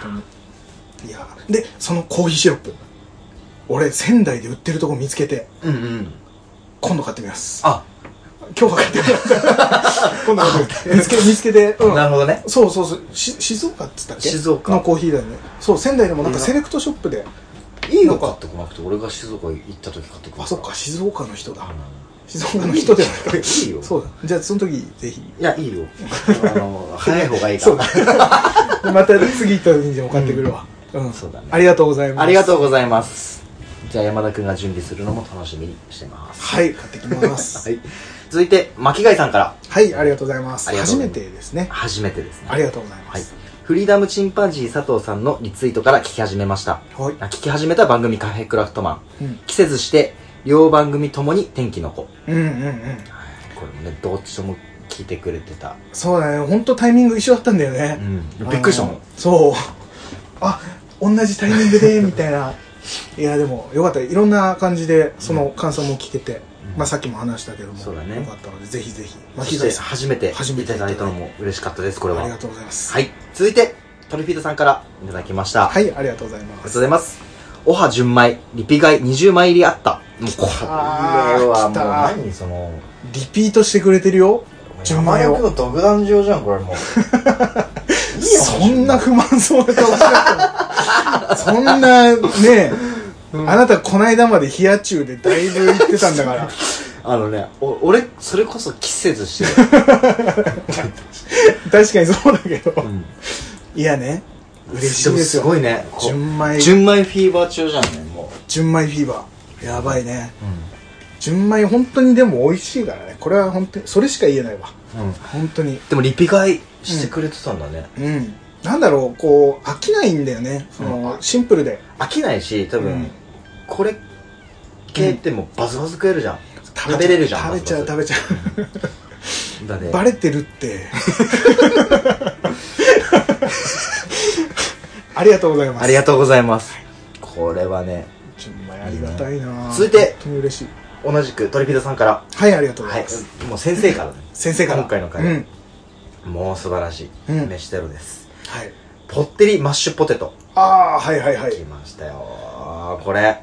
S1: いやでそのコーヒーシロップ俺仙台で売ってるとこ見つけて
S2: うんうん
S1: 今度買ってみます
S2: あ
S1: 今日は買ってみます
S2: [laughs]
S1: 今度買ってみます見つけ見つけて、うん、
S2: なるほどね
S1: そうそうそうし静岡っつったっけ
S2: 静岡
S1: のコーヒーだよねそう仙台でもなんかセレクトショップで
S2: い
S1: いのか
S2: 買ってこなくて俺が静岡行った時買ってこな
S1: あそっか静岡の人だ
S2: う
S1: 静岡の人ではなく
S2: んいいよ
S1: そうだじゃあその時ぜひ
S2: いやいいよあの早い方がいいか
S1: そう
S2: ら
S1: だまた次行った時にでも買ってくるわうん、
S2: そうだね
S1: ありがとうございます
S2: ありがとうございますじゃあ山田君が準備するのも楽しみにしてます
S1: はい買ってきます
S2: [laughs] はい続いて巻貝さんから
S1: はいありがとうございます
S2: ありがとう
S1: 初
S2: ござ
S1: め
S2: います
S1: てですね
S2: 初めてですね
S1: ありがとうございま
S2: はい
S1: す、。
S2: フリーダムチンパンジー佐藤さんのリツイートから聞き始めました。
S1: はい
S2: あ聞き始めた番組カフェクラフトマン。
S1: うん、
S2: 季節して、両番組ともに天気の子。
S1: うんうんうん
S2: これもね、どっちとも聞いてくれてた。
S1: そうだね本当タイミング一緒だったんだよ
S2: う
S1: ね、
S2: ん。びっくりしたも
S1: あの
S2: ん。
S1: そうあ同じタイミングで
S2: [laughs]
S1: みたいないやでもよかったいろんな感じでその感想も聞けて、
S2: うん
S1: まあさっきも話したけども
S2: そうだね
S1: よかったのでぜひぜひ
S2: そ
S1: 巻
S2: し
S1: 貝
S2: て
S1: さん
S2: 初めて
S1: 初め
S2: い
S1: て
S2: ただいたのも嬉しかったです、これは。
S1: ありが
S2: は
S1: とうございます
S2: い。続いて、トルフィードさんからいただきました。あり
S1: はいありがとうござい
S2: が
S1: ま
S2: とう
S1: す
S2: ございます。おは純米、リピ買い20枚入りあった。もうこれ
S1: あー
S2: はもう
S1: 来た
S2: 何その、
S1: リピートしてくれてるよ純米を
S2: 山田君の独壇場じゃん、これもう。いいよ
S1: そんな不満そうな顔しなく
S2: [laughs]
S1: てもそんなねあなたこの間まで冷や中でだいぶ行ってたんだ
S2: [laughs]
S1: から
S2: あのね、お俺、それこそ季節して
S1: 確かにそうだけど
S2: る。 [laughs] うん。
S1: いやね嬉しいです
S2: もすご
S1: よ
S2: いね。こう
S1: 純米
S2: 純米フィーバー中じゃんね、も
S1: 純米フィーバーやばいね
S2: う。
S1: 純米本当にでも美味しいからねこれは本当にそれしか言えないわ
S2: うん。うん。
S1: 本当に
S2: でも、リピ買いしてくれてたんだね。
S1: うんなんだろうこう飽きないんだよねその、シンプルで
S2: 飽きないし、多分、
S1: うん
S2: これ系ってもうバズバズ食えるじゃん。
S1: ちゃう
S2: 食べれるじゃん。
S1: 食べちゃう
S2: バズ
S1: 食
S2: バ
S1: べちゃ
S2: ズだ
S1: う、[laughs]
S2: ね。
S1: バレてるって
S2: [laughs]
S1: ありがとうございます
S2: ありがとうございます。これはね、
S1: 純米ありがたいな
S2: 続いて
S1: 本当に嬉しい
S2: 同じくトリピードさんから、
S1: はいありがとうご
S2: は
S1: ざい
S2: い
S1: ます、、
S2: もう先生からね。
S1: 先生から
S2: 今回の回
S1: うん
S2: もう素晴らしい。
S1: うん
S2: 飯テロです。
S1: はい
S2: ポッテリマッシュポテト。
S1: ああはいはいはい
S2: 来ましたよこれ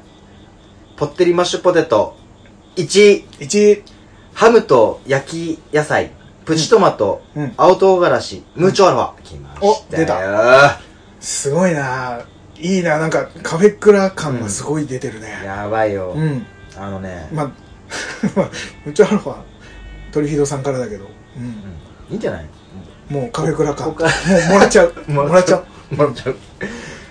S2: ポッテリマッシュポテト1
S1: 1
S2: ハムと焼き野菜プチトマト、
S1: うん
S2: 青唐辛子ムーチョアルファ来ましたよ
S1: お出すごいないいななんかカフェクラ感がすごい出てるね
S2: やばいよ、
S1: うん
S2: あのね、
S1: まあ、 [laughs] うちはアルファ、トリフィードさんからだけど、う、
S2: うんんいいんじゃない
S1: もうカフェクラか。もう
S2: ここから
S1: もらっちゃう。もらっちゃう。
S2: [laughs] もらっちゃう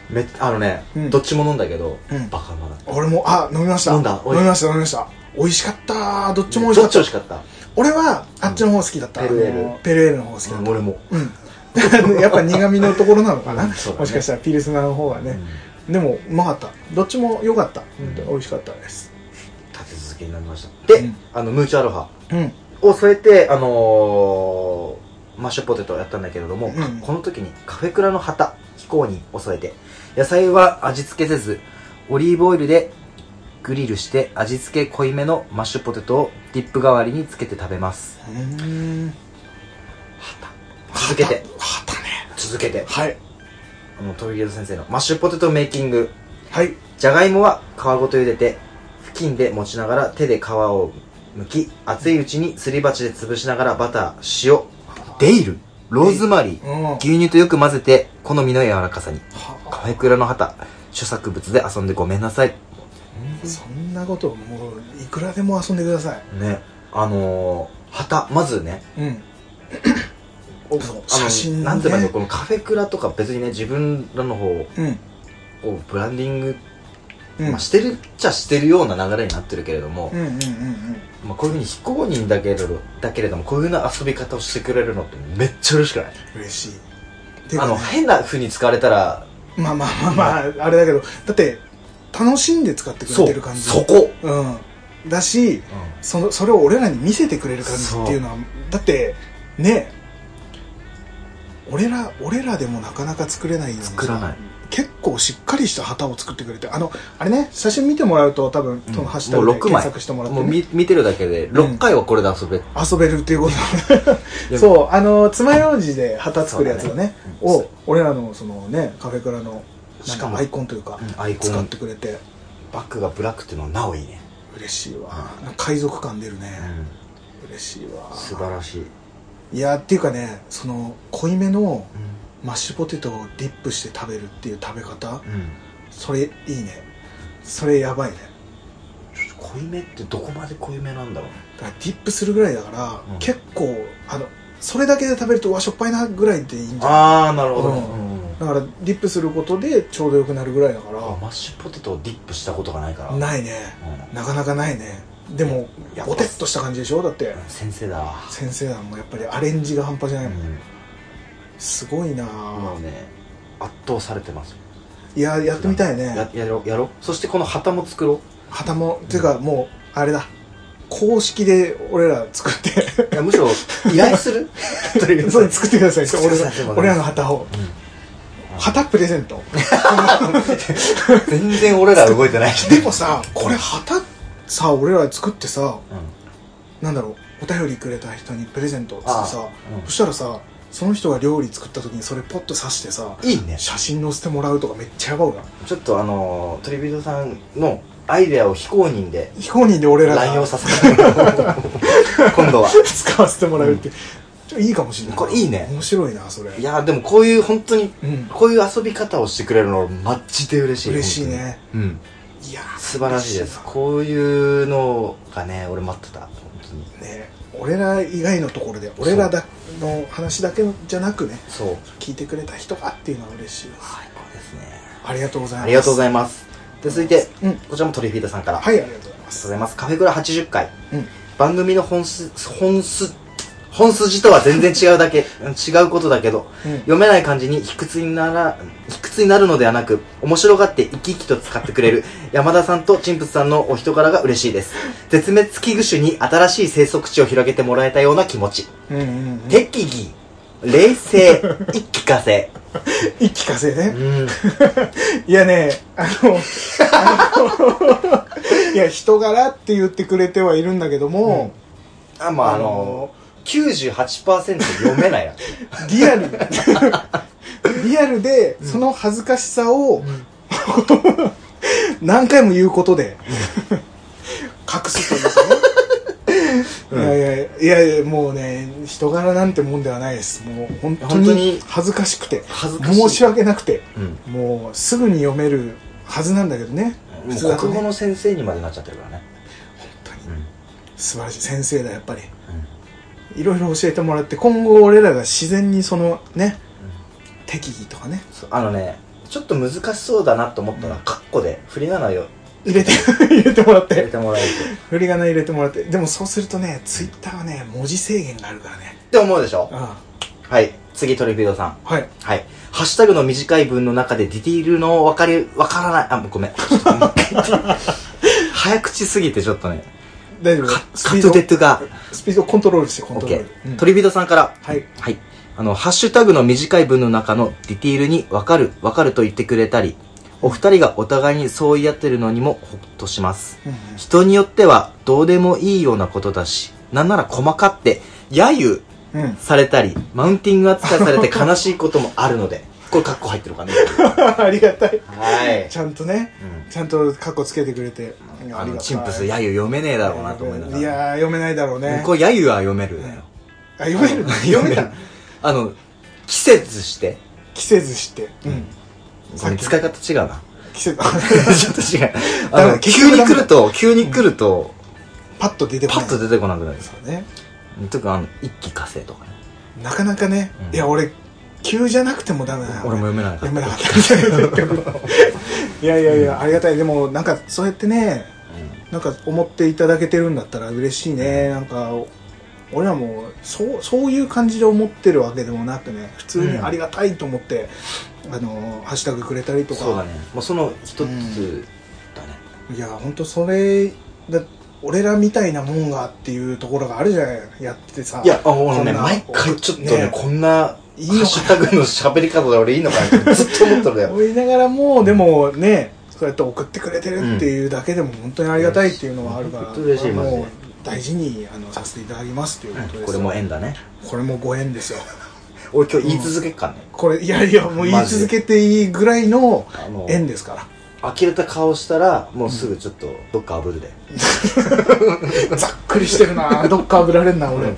S2: めっあのね、
S1: うん
S2: どっちも飲んだけど、
S1: うん
S2: バカまだった
S1: 俺も、あ、飲みました。
S2: 飲んだお
S1: 飲
S2: い
S1: みました、飲みました。美味しかった。どっちも美味
S2: ど
S1: し
S2: っ
S1: か
S2: ち美
S1: っ
S2: 味しかった
S1: た。俺は、あっちの方好きだった。
S2: ペルエル
S1: あのペルエルの方好きだっ
S2: うん俺も
S1: た。うん。 [laughs] やっぱ苦味のところなのかな、
S2: うんそうだね
S1: もしかしたらピルスナーの方が
S2: う
S1: ね、
S2: ん
S1: でもうまかったどっちも良かった、
S2: うん
S1: 美味しかったです
S2: 立て続けになりましたで、
S1: うん
S2: あのムーチョアロハ
S1: うん
S2: を添えてあのーマッシュポテトをやったんだけれども、
S1: うん
S2: この時にカフェクラの旗飛行にを添えて野菜は味付けせずオリーブオイルでグリルして味付け濃いめのマッシュポテトをディップ代わりにつけて食べます続けて
S1: はたね
S2: 続けて
S1: はい
S2: あのトリゲド先生のマッシュポテトメイキング
S1: はい
S2: じゃがいもは皮ごと茹でて布巾で持ちながら手で皮を剥き熱いうちにすり鉢で潰しながらバター塩デイルローズマリー
S1: うんは
S2: 牛乳とよく混ぜて好みの柔らかさにカ
S1: あ
S2: フェクラの旗主作物で遊んでごめんなさい
S1: そんなこともういくらでも遊んでください
S2: ねあのー、旗まずね
S1: うん
S2: あの
S1: 写真ね
S2: なんていうかねこのカフェクラとか別にね自分らの方を
S1: うん
S2: こうブランディング、
S1: うん
S2: まあ、してるっちゃしてるような流れになってるけれども、
S1: うんうんうん
S2: まあ、こういうふうに非公認だけれどだけれどもこういうふうな遊び方をしてくれるのってめっちゃ嬉しくない
S1: うん嬉しいて
S2: あ
S1: かね
S2: の変なふうに使われたら
S1: まあまあまあまああれだけどだって楽しんで使ってくれ
S2: そ
S1: て
S2: う
S1: る感じ
S2: そこ、
S1: うんだしそのそれを俺らに見せてくれる感じっていうのはだってね俺ら俺らでもなかなか作れないようなさ
S2: 作らない
S1: 結構しっかりした旗を作ってくれてあのあれね写真見てもらうと多分そのハッシュタグ
S2: も
S1: で
S2: う六枚
S1: 検索してもらって、
S2: もう
S1: ね、
S2: 見見てるだけで6回はこれで遊べ、
S1: 遊べるっていうことそうあの爪楊枝で旗作るやつをね
S2: そうだね
S1: を俺らのそのねカフェクラの
S2: しかも
S1: アイコンというか、
S2: うんアイコ
S1: 使っ
S2: ン
S1: てくれて
S2: バックがブラックっていうのはなおいいね、
S1: 嬉しいわ海賊感出るね、
S2: う
S1: 嬉しいわ
S2: ん、素晴らしい、
S1: いやっていうかねその濃いめのマッシュポテトをディップして食べるっていう食べ方
S2: うんうん、
S1: それいいねそれやばいね
S2: ちょっと濃いめってどこまで濃いめなんだろう
S1: だからディップするぐらいだから、
S2: うん
S1: 結構あのそれだけで食べると和しょっぱいなぐらいでいいんじゃない
S2: ああなるほど、
S1: うんだからディップすることでちょうどよくなるぐらいだか
S2: あ
S1: ら
S2: マッシュポテトをディップしたことがないから
S1: ないね
S2: うん
S1: なかなかないねでも
S2: いや
S1: ボテッとした感じでしょだって
S2: 先生だわ、
S1: 先生はもうやっぱりアレンジが半端じゃないもん、
S2: うん
S1: すごいな
S2: も
S1: あ
S2: うね圧倒されてます
S1: いややってみたいね
S2: ややろうやろうそしてこの旗も作ろ
S1: 旗もていうかもうあれだ公式で俺ら作っ
S2: ういやむしろ
S1: [laughs]
S2: 依頼すると [laughs] りあえ
S1: て
S2: ず
S1: そう作ってください
S2: 作ってください
S1: 俺ら俺らの旗を旗プレゼント
S2: 全然俺ら動いてない
S1: でもさこれ旗さ俺ら作ってさ
S2: うん
S1: なんだろうお便りくれた人にプレゼントっつってさ、
S2: あうん
S1: そしたらさその人が料理作った時にそれポッと刺してさ
S2: いいね
S1: 写真載せてもらうとかめっちゃやばいな
S2: ちょっとあのートリビュートさんのアイデアを非公認で
S1: 非公認で俺らが
S2: 乱用させてもらおう [laughs] 今度は
S1: 使わせてもらうって、ちょいいかもしれない
S2: これいいね
S1: 面白いなそれ
S2: いやでもこういう本当に
S1: うん
S2: こういう遊び方をしてくれるのマジで嬉しい
S1: 嬉しいね
S2: 本当にうん
S1: いやー
S2: 素晴らしいです
S1: 嬉
S2: こういうのがね俺待ってた本当に
S1: なね俺ら以外のところで俺らだの話だけじゃなくね
S2: そう
S1: 聞いてくれた人がっていうのは嬉しいです
S2: 最高ですね
S1: ありがとうございます
S2: ありがとうございますで続いて、
S1: うん
S2: こちらもトリフィータさんから、
S1: は
S2: ありが
S1: いありがとうございま
S2: とう
S1: す
S2: ございますカフェクラ80回
S1: うん
S2: 番組の本す本す本筋とは全然違うだけうん違うことだけど
S1: うん
S2: 読めない感じに卑屈になら卑屈になるのではなく面白がって生き生きと使ってくれる山田さんと陳仏さんのお人柄が嬉しいです絶滅危惧種に新しい生息地を広げてもらえたような気持ち
S1: うんうん [laughs] うん
S2: 適宜冷静一気化成
S1: 一気かせ
S2: う
S1: ね
S2: ん
S1: [laughs] いやねあのあのい [laughs] や人柄って言ってくれてはいるんだけども、
S2: あまああの98%読めないな
S1: リアル [laughs] リアルでその恥ずかしさを、 [laughs] 何回も言うことで [laughs] 隠すと
S2: [laughs]
S1: いうかね、いやいやいやいやもうね人柄なんてもんではないですもう本当
S2: 本当に
S1: に恥ずかしくて
S2: 恥ずかしい
S1: 申し訳なくて
S2: うん
S1: もうすぐに読めるはずなんだけどね普通
S2: もう
S1: だと
S2: 国語
S1: ね
S2: の先生にまでなっちゃってるからね
S1: 本当
S2: うん
S1: に素晴らしい先生だやっぱり
S2: うん
S1: いろいろ教えてもらって今後俺らが自然にそのね適宜とかね
S2: そうあのねちょっと難しそうだなと思ったら
S1: うん
S2: カッコで振り仮名を
S1: 入れて [laughs] 入れてもらっ
S2: 入れ
S1: て
S2: てもらえる
S1: 振り仮名入れてもらってでもそうするとねツイッターはね文字制限があるからね
S2: って思うでしょ
S1: あ
S2: はい。次、トリフィードさん。
S1: はい
S2: はい。ハッシュタグの短い文の中でディティールの分かり、分からない、あ、ごめん。 [laughs] ちょっともう一回言って早口すぎてちょっとね、
S1: 大丈夫
S2: カ
S1: ス
S2: カ
S1: ピー
S2: ッ
S1: ド
S2: トデッドが。
S1: スピードコントロールしてコン
S2: オッ
S1: トロ
S2: ケ
S1: ール、うん
S2: ー。トリビドさんから、
S1: はい
S2: はい。あの、ハッシュタグの短い文の中のディティールに分かる、分かると言ってくれたり、お二人がお互いにそう言い合ってるのにもほっとします。
S1: うんうん
S2: 人によってはどうでもいいようなことだし、なんなら細かって、揶揄
S1: うん
S2: されたり、マウンティング扱いされて悲しいこともあるので、これカッコ入ってるかね。
S1: [laughs] ありがたい
S2: はい。
S1: ちゃんとね
S2: う
S1: ちゃんとカッコつけてくれて
S2: ん。
S1: あ
S2: あ
S1: り
S2: の、
S1: が
S2: チンプス、
S1: たい
S2: 揶揄読めねえだろうなと思いながら。
S1: いやー読めないだろうね
S2: これ、揶揄は読めるだよ。
S1: あ読める
S2: [laughs] 読
S1: 読
S2: め
S1: め
S2: る
S1: た
S2: あの、季節して。
S1: 着せずしてうん
S2: ごめん使い方違う
S1: [laughs]
S2: な。
S1: 着せ
S2: ちょっと違う。あ
S1: ダメ
S2: の、
S1: だ
S2: 急に来ると、急に来ると、
S1: [laughs] パッと出てこ
S2: パ
S1: ない
S2: ッと出てこなくなるんですよ。
S1: そうね
S2: とか、あの、一気火星とかね。
S1: なかなかね
S2: うん
S1: いや俺急じゃなくてもダメだな
S2: 俺も読めないか
S1: 読
S2: ら。
S1: めなかったいやいやいやありがたいでもなんかそうやってねなんか思っていただけてるんだったら嬉しいねなんか俺らもそうそういう感じで思ってるわけでもなくね普通にありがたいと思って、あのハッシュタグくれたり
S2: う
S1: と
S2: ん。そうだ
S1: か、
S2: ね。もうその一つだね。
S1: いや本当それだ俺らみたいなもんがっていうところがあるじゃないやってさ
S2: いや、あ
S1: こん
S2: 俺ね、
S1: な
S2: 毎回ちょっとね
S1: ね、
S2: こんな、
S1: いい
S2: ハ
S1: の
S2: ッ
S1: か
S2: シュタグの喋り方で俺いいのかな
S1: [laughs]
S2: ってずっと思ってるんだよ。
S1: 思いながらもでもねそうやって送ってくれてるっていうだけでも本当にありがたいっていうのはあるから、
S2: 本当嬉しいマジで
S1: もう大事にあのさせていただきますっていうことです、
S2: これも縁だね。
S1: これもご縁ですよ
S2: 俺今日言い続けっからね。
S1: これいやいやもう言い続けていいぐらいの
S2: あの、
S1: 縁ですから
S2: 呆れた顔したら、もうすぐちょっと、どっか炙るで。
S1: ざっくりしてるな
S2: [laughs]
S1: どっかぶられんな俺、
S2: うん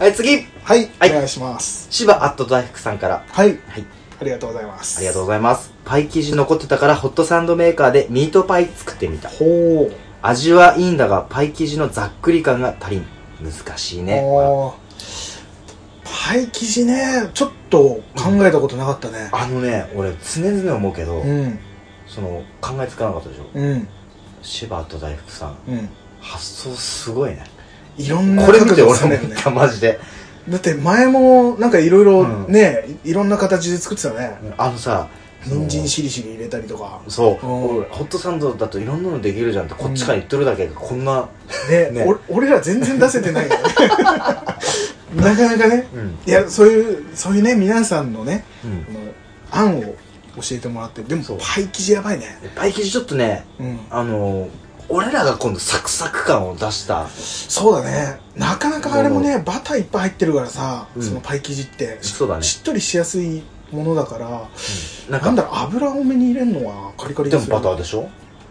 S2: はい、次
S1: はい、
S2: は
S1: お
S2: い
S1: 願いします
S2: 千葉アット大福さんから。
S1: はい
S2: はい。
S1: ありがとうございます
S2: ありがとうございます。パイ生地残ってたからホットサンドメーカーでミートパイ作ってみた。
S1: ほ、
S2: 味はいいんだが、パイ生地のざっくり感が足りん。難しいうね。
S1: おーパイ生地ねちょっと考えたことなかったね
S2: あのね、俺常々思うけど、
S1: うん
S2: その、考えつかなかったでしょ。
S1: うん
S2: 千葉アット大福さん、
S1: うん
S2: 発想すごいね。
S1: いろんな
S2: これ見て
S1: 角度
S2: 俺
S1: つ
S2: も
S1: ね
S2: 思
S1: る
S2: っ
S1: ね
S2: た、 [laughs] マジで。
S1: だって前もなんかいろいろ
S2: うん
S1: ね、いろんな形で作ってたね
S2: あのさ、
S1: 人参
S2: し
S1: しりしり入れたりとか
S2: そう、
S1: うん
S2: 俺ホットサンドだといろんなのできるじゃんってこっちから言っとるだけでこんな、
S1: ね
S2: ね
S1: お俺ら全然出せてないよ
S2: [laughs]
S1: ねなかなかね
S2: うん
S1: いやそういうそういうね皆さんのね
S2: うん
S1: あの案を教えてもらってでも
S2: そう
S1: パイ生地やばいね
S2: パイ生地ちょっとね
S1: うん
S2: あのー俺らが今度サクサク感を出した
S1: そうだねなかなかあれもねバターいっぱい入ってるからさ、
S2: うん
S1: そのパイ生地ってし
S2: そうだね
S1: しっとりしやすいものだから
S2: なんか
S1: なんだろう油多めに入れるのはカリカリ
S2: で
S1: に
S2: も
S1: する
S2: バターでしょ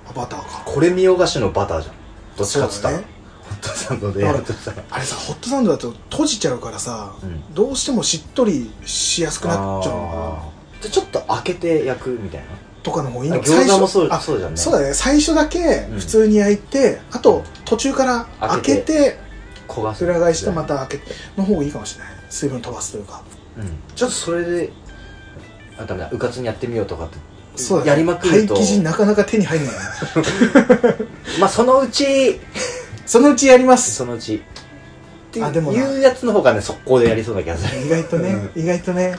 S1: あバターか
S2: これ見よがしのバターじゃんどっちかっつったら、
S1: そうだね
S2: ホットサンドでやるとしたら
S1: あれさホットサンドだと閉じちゃうからさ、
S2: うん
S1: どうしてもしっとりしやすくなっちゃうのか
S2: あーでちょっと開けて焼くみたい
S1: なとかの方がいい
S2: な
S1: の
S2: 餃子もそう
S1: 最初
S2: そうじゃん
S1: あ
S2: ね
S1: そうだね最初だけ
S2: うん
S1: 普通に焼いて、あと途中から
S2: 開
S1: 開
S2: け
S1: け
S2: て
S1: て
S2: 焦がす
S1: 裏返してまた開けての方がいいかもしれない水分飛ばすというか
S2: うんちょっとそれであダメだうかつにやってみようとかって
S1: そうだね
S2: やりまくると
S1: パイ生地なかなか手に入んない
S2: まあそのうち
S1: そのうちやります
S2: そのうちって
S1: あでもな
S2: いうやつの方がね速攻でやりそうな気がする
S1: 意外とね、意外とね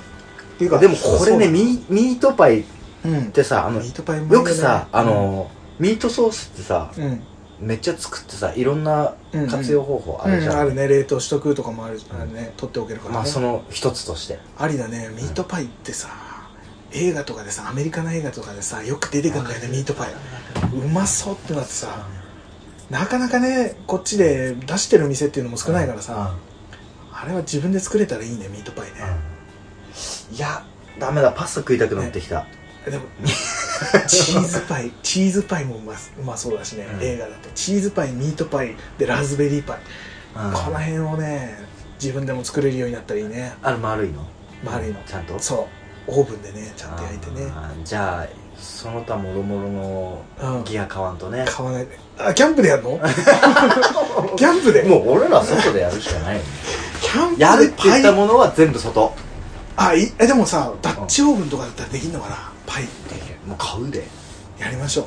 S1: っていうか
S2: でもこれね
S1: そう
S2: ミミートパイっ
S1: うん
S2: てさあの
S1: ミートパイうまい
S2: よ
S1: ね
S2: くさ、あのミートソースってさ、
S1: うん
S2: めっちゃ作ってさいろんな
S1: うんうん
S2: 活用方法あ
S1: う
S2: るじ
S1: ん
S2: ゃん、
S1: あるね冷凍しとくとかもあるあるね取っておけるからね
S2: まあその一つとして
S1: ありだねミートパイってさ映画とかでさアメリカの映画とかでさよく出てくるんだよねミートパイうまそうってなってさなかなかねこっちで出してる店っていうのも少ないからさ、あれは自分で作れたらいいねミートパイね、
S2: うんいやダメだパスタ食いたくなってきた、
S1: でも [laughs] チーズパイチーズパイもうまうまそうだしね、
S2: うん
S1: 映画だとチーズパイミートパイでラズベリーパイ、
S2: うん
S1: この辺をね自分でも作れるようになったらいいね
S2: あの丸いの
S1: 丸いの
S2: ちゃんと
S1: そうオーブンでねちゃんと焼いてね
S2: あーじゃあその他もろもろ
S1: う
S2: の
S1: ん
S2: ギア買わんとね、
S1: 買わないであキャンプでやる [laughs] のキャンプで
S2: もう俺ら外でやるしかないよね
S1: キャンプで
S2: [laughs] やるって言った
S1: パイ
S2: ものは全部外
S1: あいえでもさダッチオーブンとかだったらできんのかなパイ
S2: もう買うで、
S1: やりましょう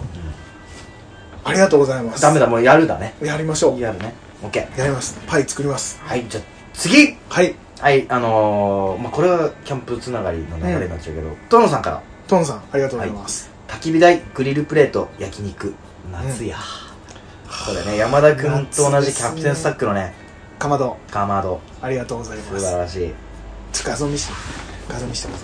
S1: ありがとうございます
S2: ダメだもうやるだね
S1: やりましょうや
S2: やるねオッケー
S1: りますパイ作ります
S2: はいじゃあ次
S1: はい
S2: はい、あのー、まあ、これはキャンプつながりの流れになっちゃうけど、トノさんから、
S1: トンさんありがとうございます、
S2: 焚き火台、グリルプレート、焼肉、夏や。これね、山田君と同じキャプテンスタックのね、
S1: かまど
S2: カーマード、
S1: ありがとうございま
S2: 素
S1: す
S2: 晴らしい。
S1: ちょ画像見して画像見してくだ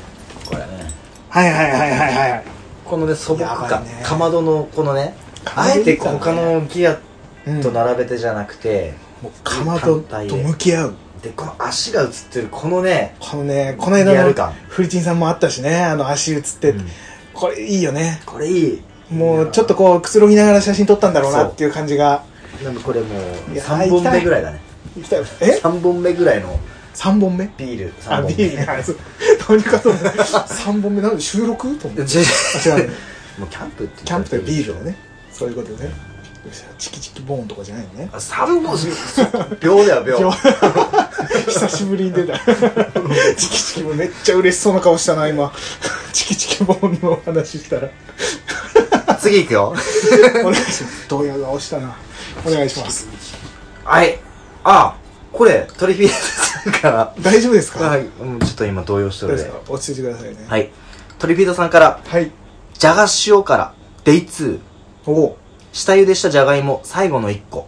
S1: さい
S2: これね。
S1: はいはいはいはいはいはい
S2: このね、素朴
S1: やば
S2: 感、
S1: いね
S2: かまどのこのね、
S1: かま
S2: あ
S1: どい
S2: え
S1: いか
S2: て
S1: らね
S2: 他のギア
S1: うん
S2: と並べてじゃなくて、
S1: もうかまどと向き合う
S2: で、この足が映ってる、このね、
S1: このねこの
S2: リ
S1: 間
S2: アル
S1: の
S2: 感。
S1: フリチンさんもあったしねあの足映って、
S2: うん
S1: これいいよね
S2: これいい。
S1: もうちょっとこうくつろぎながら写真撮ったんだろうなっていう感じが
S2: う。なんかこれもう、
S1: いや
S2: 3本目ぐらいだね。
S1: 行きたいえ
S2: 3本目ぐらいの
S1: 三3本目
S2: ビール、3
S1: あ
S2: 本目。
S1: ビールがそうどうにかと3本目なんで収録と思って
S2: じゃ
S1: あ違うね
S2: [laughs] もうキャンプって
S1: キャンプでビールをねそういうことでねよっしゃチキチキボーンとかじゃないのね
S2: 3本秒だよ秒
S1: [laughs] 久しぶりに出たチキチキもめっちゃ嬉しそうな顔したな今チキチキボーンのお話したら
S2: 次いくよ
S1: [laughs] お願いします動揺顔したなお願いします
S2: はいあこれトリフィーさんから
S1: 大丈夫ですか、
S2: はいうんちょっと今動揺して
S1: どう
S2: る
S1: で
S2: です
S1: か落ち着いてくださいねはい、
S2: はいトリフィードさんから「じゃが塩からデイ2
S1: おお」
S2: 下茹でしたじゃがいも最後の1個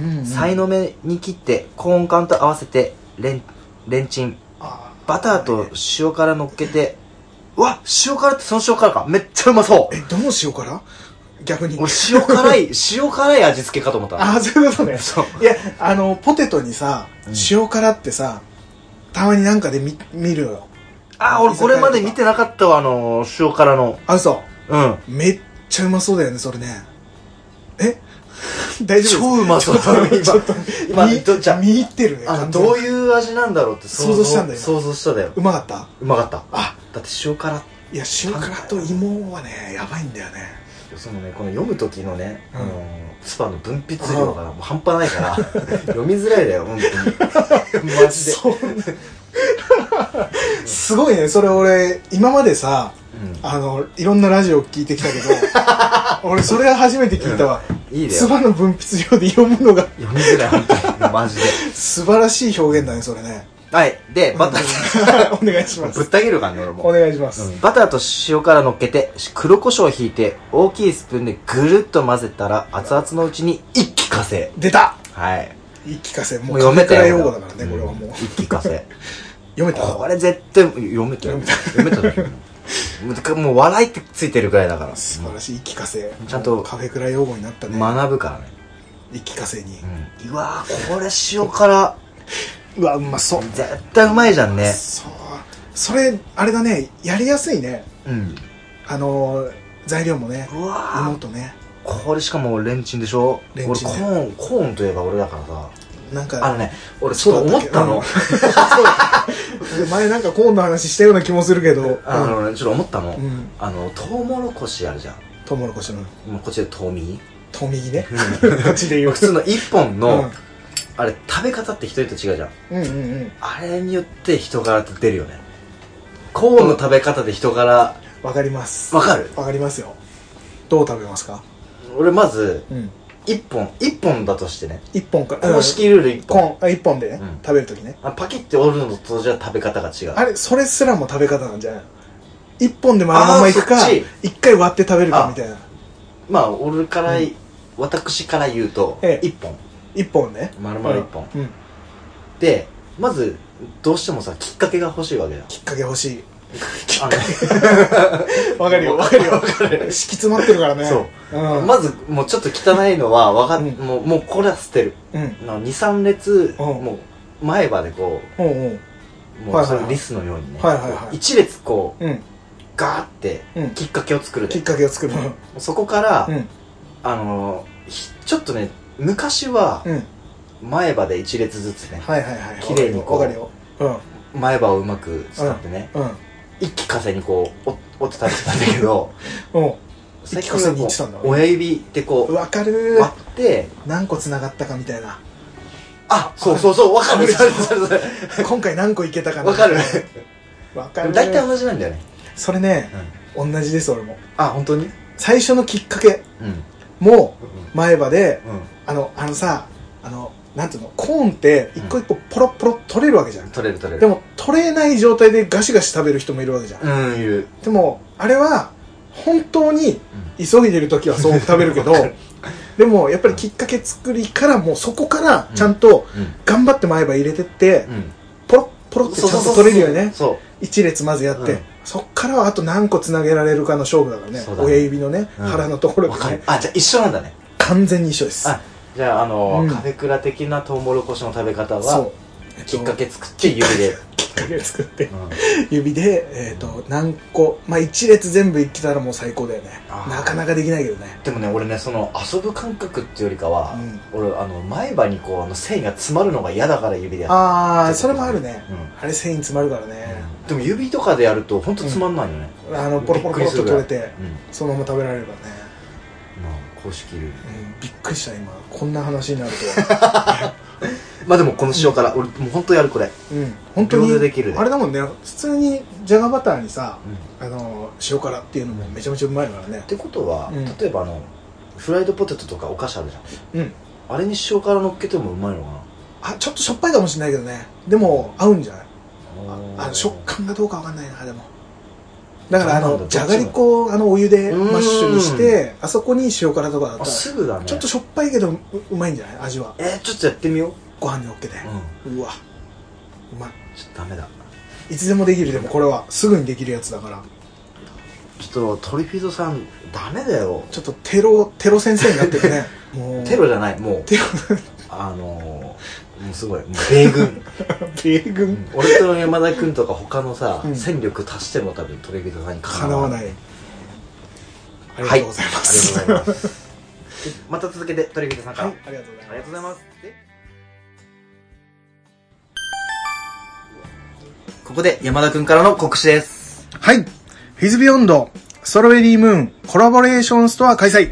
S1: う、うんうん
S2: さいの目に切ってコーン缶と合わせてレンレンチン
S1: あ
S2: バターと塩辛乗っけてうわ塩辛ってその塩辛かめっちゃうまそう
S1: えどの塩から逆に
S2: 俺塩辛い塩辛い味付けかと思った
S1: ああそういうことね
S2: そう
S1: いやあのポテトにさ
S2: うん
S1: 塩辛ってさたまになんかで見見るよ
S2: あー俺これまで見てなかったわあのー塩辛の
S1: あ嘘
S2: うん
S1: めっちゃうまそうだよねそれねえ [laughs] 大丈夫
S2: 超うまそう
S1: ですちょっと
S2: 今
S1: 見
S2: どじゃあ
S1: 見入ってるね
S2: あの
S1: 完全に
S2: どういう味なんだろうって
S1: 想像したんだよ
S2: 想像しただよ
S1: うまかった
S2: うまかった
S1: あ
S2: だって塩辛っ
S1: いや塩辛と芋はねやばいんだよね
S2: てそのねこの読む時のね、
S1: うん
S2: あのースパの分泌量がもう半端ないから [laughs] 読みづらいだよ本
S1: [laughs]
S2: 当にマジで
S1: そうすごいねそれ俺今までさあのいろんなラジオ聞いてきた
S2: [laughs]
S1: けど俺それ初めて聞いたわ
S2: うん、いいだよ
S1: 唾の分泌量で読むのが [laughs]
S2: 読みづらい本当にマジで
S1: 素晴らしい表現だねそれね
S2: はいでバター
S1: ー [laughs] お願いしま
S2: ぶっ
S1: す
S2: たげる感じ俺も
S1: お願いします、
S2: うんバターと塩辛乗っけて黒胡椒をひいて大きいスプーンでぐるっと混ぜたら熱々のうちに一気化成
S1: 出た
S2: はい
S1: 一気かせも
S2: も
S1: う
S2: う読め
S1: カメ
S2: た
S1: ラ
S2: よ
S1: 用語だからね、
S2: ん
S1: これはもう
S2: 一気化 [laughs] 成
S1: 読めた
S2: これ絶対読めたよ読めたよもうてか [laughs] もう笑いってついてるぐらいだから
S1: 素晴らしい一気かせ
S2: ちゃんと
S1: カフェクラ用語になったね
S2: 学ぶからね
S1: 一気かせに、
S2: うんうわーこれ塩辛
S1: うわうまそう
S2: 絶対うまいじゃんね
S1: そうそれあれだねやりやすいね
S2: うん
S1: あのー材料もね
S2: うわ
S1: 芋
S2: ー
S1: とね
S2: これしかもレンチンでしょ
S1: レ
S2: 俺
S1: ン
S2: コ
S1: チンで
S2: ーンコーンといえば俺だからさ
S1: なんか
S2: あのね俺そう思ったの
S1: うん前なんかコーンの話したような気もするけど
S2: あのねちょっと思ったの
S1: うん、うん、
S2: あのトウモロコシあるじゃん
S1: トウモロコシの
S2: もうこっちでトウミ
S1: トウミギね [laughs] こっちで言う
S2: 普通の1本
S1: う
S2: の、
S1: ん
S2: あれ食べ方って人によって違うじゃん
S1: うんうんうん
S2: あれによって人柄って出るよねコーンの食べ方で人柄
S1: わかります
S2: わかる
S1: わかりますよどう食べますか
S2: 俺まず
S1: うん
S2: 1本1本だとしてね
S1: 一本か
S2: 公式ルール1
S1: コ
S2: 本、
S1: ーンあ一本でね、
S2: うん
S1: 食べるときね
S2: あパキって折るのとじゃ食べ方が違う
S1: あれそれすらも食べ方なんじゃないの一本で丸のままいくか
S2: あーそっち
S1: 一回割って食べるかみたいな
S2: まあ俺から、
S1: うん
S2: 私から言うと
S1: ええ
S2: 1本
S1: 一本ね
S2: 丸々1本、
S1: うんうん
S2: でまずどうしてもさきっかけが欲しいわけだ
S1: きっかけ欲しい
S2: あの
S1: [laughs] [laughs] わかるよわかる
S2: [laughs]
S1: よ敷き詰まってるからね、
S2: そう
S1: ん
S2: まずもうちょっと汚いのはわかっ、
S1: うん
S2: もうもうこれは捨てる
S1: うん
S2: 23列、
S1: うん
S2: もう前歯でこ
S1: おうおう
S2: うも
S1: はいは
S2: う
S1: い
S2: そ
S1: はい
S2: れリスのようにね、
S1: はいはいはい
S2: 1列こう
S1: うん
S2: ガーって
S1: うん
S2: きっかけを作る
S1: きっ
S2: で、
S1: かけを作る
S2: そこから、
S1: うん
S2: あのーひちょっとね昔は
S1: うん
S2: 前歯で1列ずつね
S1: はいはいはい
S2: 綺麗にこう
S1: わかるよわか
S2: 前歯をうまく使ってね、
S1: るよ
S2: 一気かせにこうお折って食べてたんだけ
S1: [laughs]
S2: ど
S1: うんうん
S2: 最
S1: 一気
S2: 近
S1: かせに行ってた
S2: は
S1: んだ
S2: もう親指で
S1: うん
S2: こ
S1: わかる
S2: う割って
S1: 何個つながったかみたいな
S2: あそうそうそうわか
S1: [laughs]
S2: るそれそれそれ
S1: 今回何個いけたかな
S2: わかる
S1: わか
S2: で
S1: る
S2: も大体同じなんだよね、
S1: それね
S2: うん、
S1: 同じです俺も
S2: あ本当に
S1: 最初のきっかけ
S2: うん
S1: も前歯で
S2: うん
S1: あのあのさあのなんていうのコーンって一個一個ポロポロ取れるわけじゃん、
S2: 取れる取れる
S1: でも取れない状態でガシガシ食べる人もいるわけじゃん、
S2: うんいる
S1: でもあれは本当に急いでる時はそう食べるけど、
S2: [laughs] わかる
S1: でもやっぱりきっかけ作りからもうそこからちゃんと頑張って前歯入れてって、
S2: うん
S1: ポロッポロってちゃんと取れるよね
S2: そ
S1: 一列まずやって、
S2: うん
S1: そっからはあと何個つなげられるかの勝負だからね
S2: そうだね
S1: 親指のね、
S2: うん
S1: 腹のとこ
S2: う
S1: ろ
S2: わ
S1: が
S2: か
S1: ね
S2: るあじゃあ一緒なんだね
S1: 完全に一緒です
S2: あじゃああの
S1: うん
S2: カフェクラ的なトウモロコシの食べ方
S1: そ
S2: は
S1: う、えっと
S2: きっかけ作って指で
S1: きっかけ作って
S2: うん
S1: 指で、えっと何個まあ一列全部いってたらもう最高だよね
S2: あー
S1: なかなかできないけどね
S2: でもね俺ねその遊ぶ感覚っていうよりかは、俺あの前歯にこうあの繊維が詰まるのが嫌だから指でやっ
S1: あ
S2: う
S1: あ
S2: ん
S1: それもあるね、
S2: うん
S1: あれ繊維詰まるからね、
S2: でも指とかでやると本当つまんないよね、
S1: あのポロポロポロっと取れて
S2: うん
S1: そのまま食べられればね、
S2: まあ公式ルール
S1: うん、びっくりした今こんな話になる
S2: [laughs]
S1: とは
S2: まあでもこの塩辛、俺もう本当やるこれ、
S1: うん本当に
S2: 秒でできるね
S1: あれだもんね普通にじゃがバターにさ
S2: っ
S1: あの塩辛っていうのもめちゃめちゃうまいからね
S2: てことは、
S1: うん
S2: 例えばあのフライドポテトとかお菓子あるじゃん
S1: うん
S2: あれに塩辛乗っけてもうまいのか
S1: あちょっとしょっぱいかもしれないけどねでも合うんじゃない
S2: な
S1: あの食感がどうかわかんないなでもだからあ
S2: そうなん
S1: の
S2: だ
S1: じゃがりこをあのお湯でマッシュにしてあそこに塩辛とかだった
S2: あ
S1: らち
S2: すぐだね
S1: ょっとしょっぱいけどううまいんじゃない味は
S2: えー、ちょっとやってみよう、
S1: ご飯にのっけてうわうまい
S2: ちょっとダメだ
S1: いつでもできるでもこれはすぐにできるやつだから
S2: ちょっとトリフィードさんダメだよ
S1: ちょっとテロテロ先生になってる [laughs] ねもう
S2: テロじゃないもう
S1: テロ
S2: あのー、もうすごいもう米
S1: [laughs]
S2: 軍
S1: 米
S2: う
S1: 軍
S2: ん俺と山田君とか他のさ、
S1: うん
S2: 戦力足しても多分トリフィードさんに
S1: かなわないいあり
S2: は
S1: がとうございます、
S2: ありがとうございますでまた続けてトリフィードさんから、
S1: はい、ありがとうございます
S2: ありがとうございます。ここで山田くんからの告知です。
S1: はい。フィズビヨンド、ストロベリームーンコラボレーションストア開催。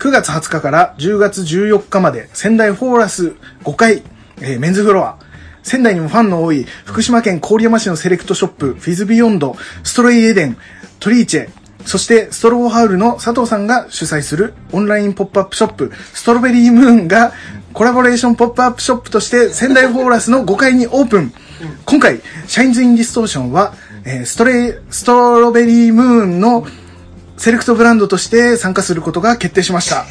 S1: 9月20日から10月14日まで仙台フォーラス5階、えーメンズフロア。仙台にもファンの多い福島県郡山市のセレクトショップ、フィズビヨンド、ストロイエデン、トリーチェ、そしてストローハウルの佐藤さんが主催するオンラインポップアップショップ、ストロベリームーンがコラボレーションポップアップショップとして仙台フォーラスの5階にオープン。今回、シャインズ・イン・ディストーションは、えーストレイ、ストロベリームーンのセレクトブランドとして参加することが決定しました。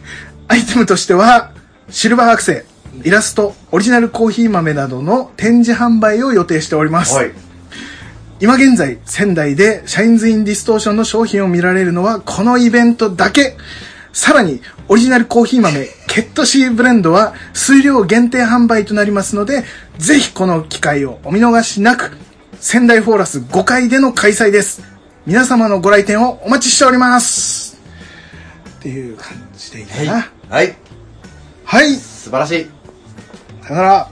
S1: [laughs] アイテムとしては、シルバーアクセ、イラスト、オリジナルコーヒー豆などの展示販売を予定しております。
S2: はい。
S1: 今現在、仙台でシャインズ・イン・ディストーションの商品を見られるのはこのイベントだけ。さらに、オリジナルコーヒー豆、ケットシーブレンドは数量限定販売となりますので、ぜひこの機会をお見逃しなく、仙台フォーラス5回での開催です。皆様のご来店をお待ちしております。っていう感じでいいかな。
S2: はい。
S1: はい、
S2: 素晴らしい。
S1: さよなら。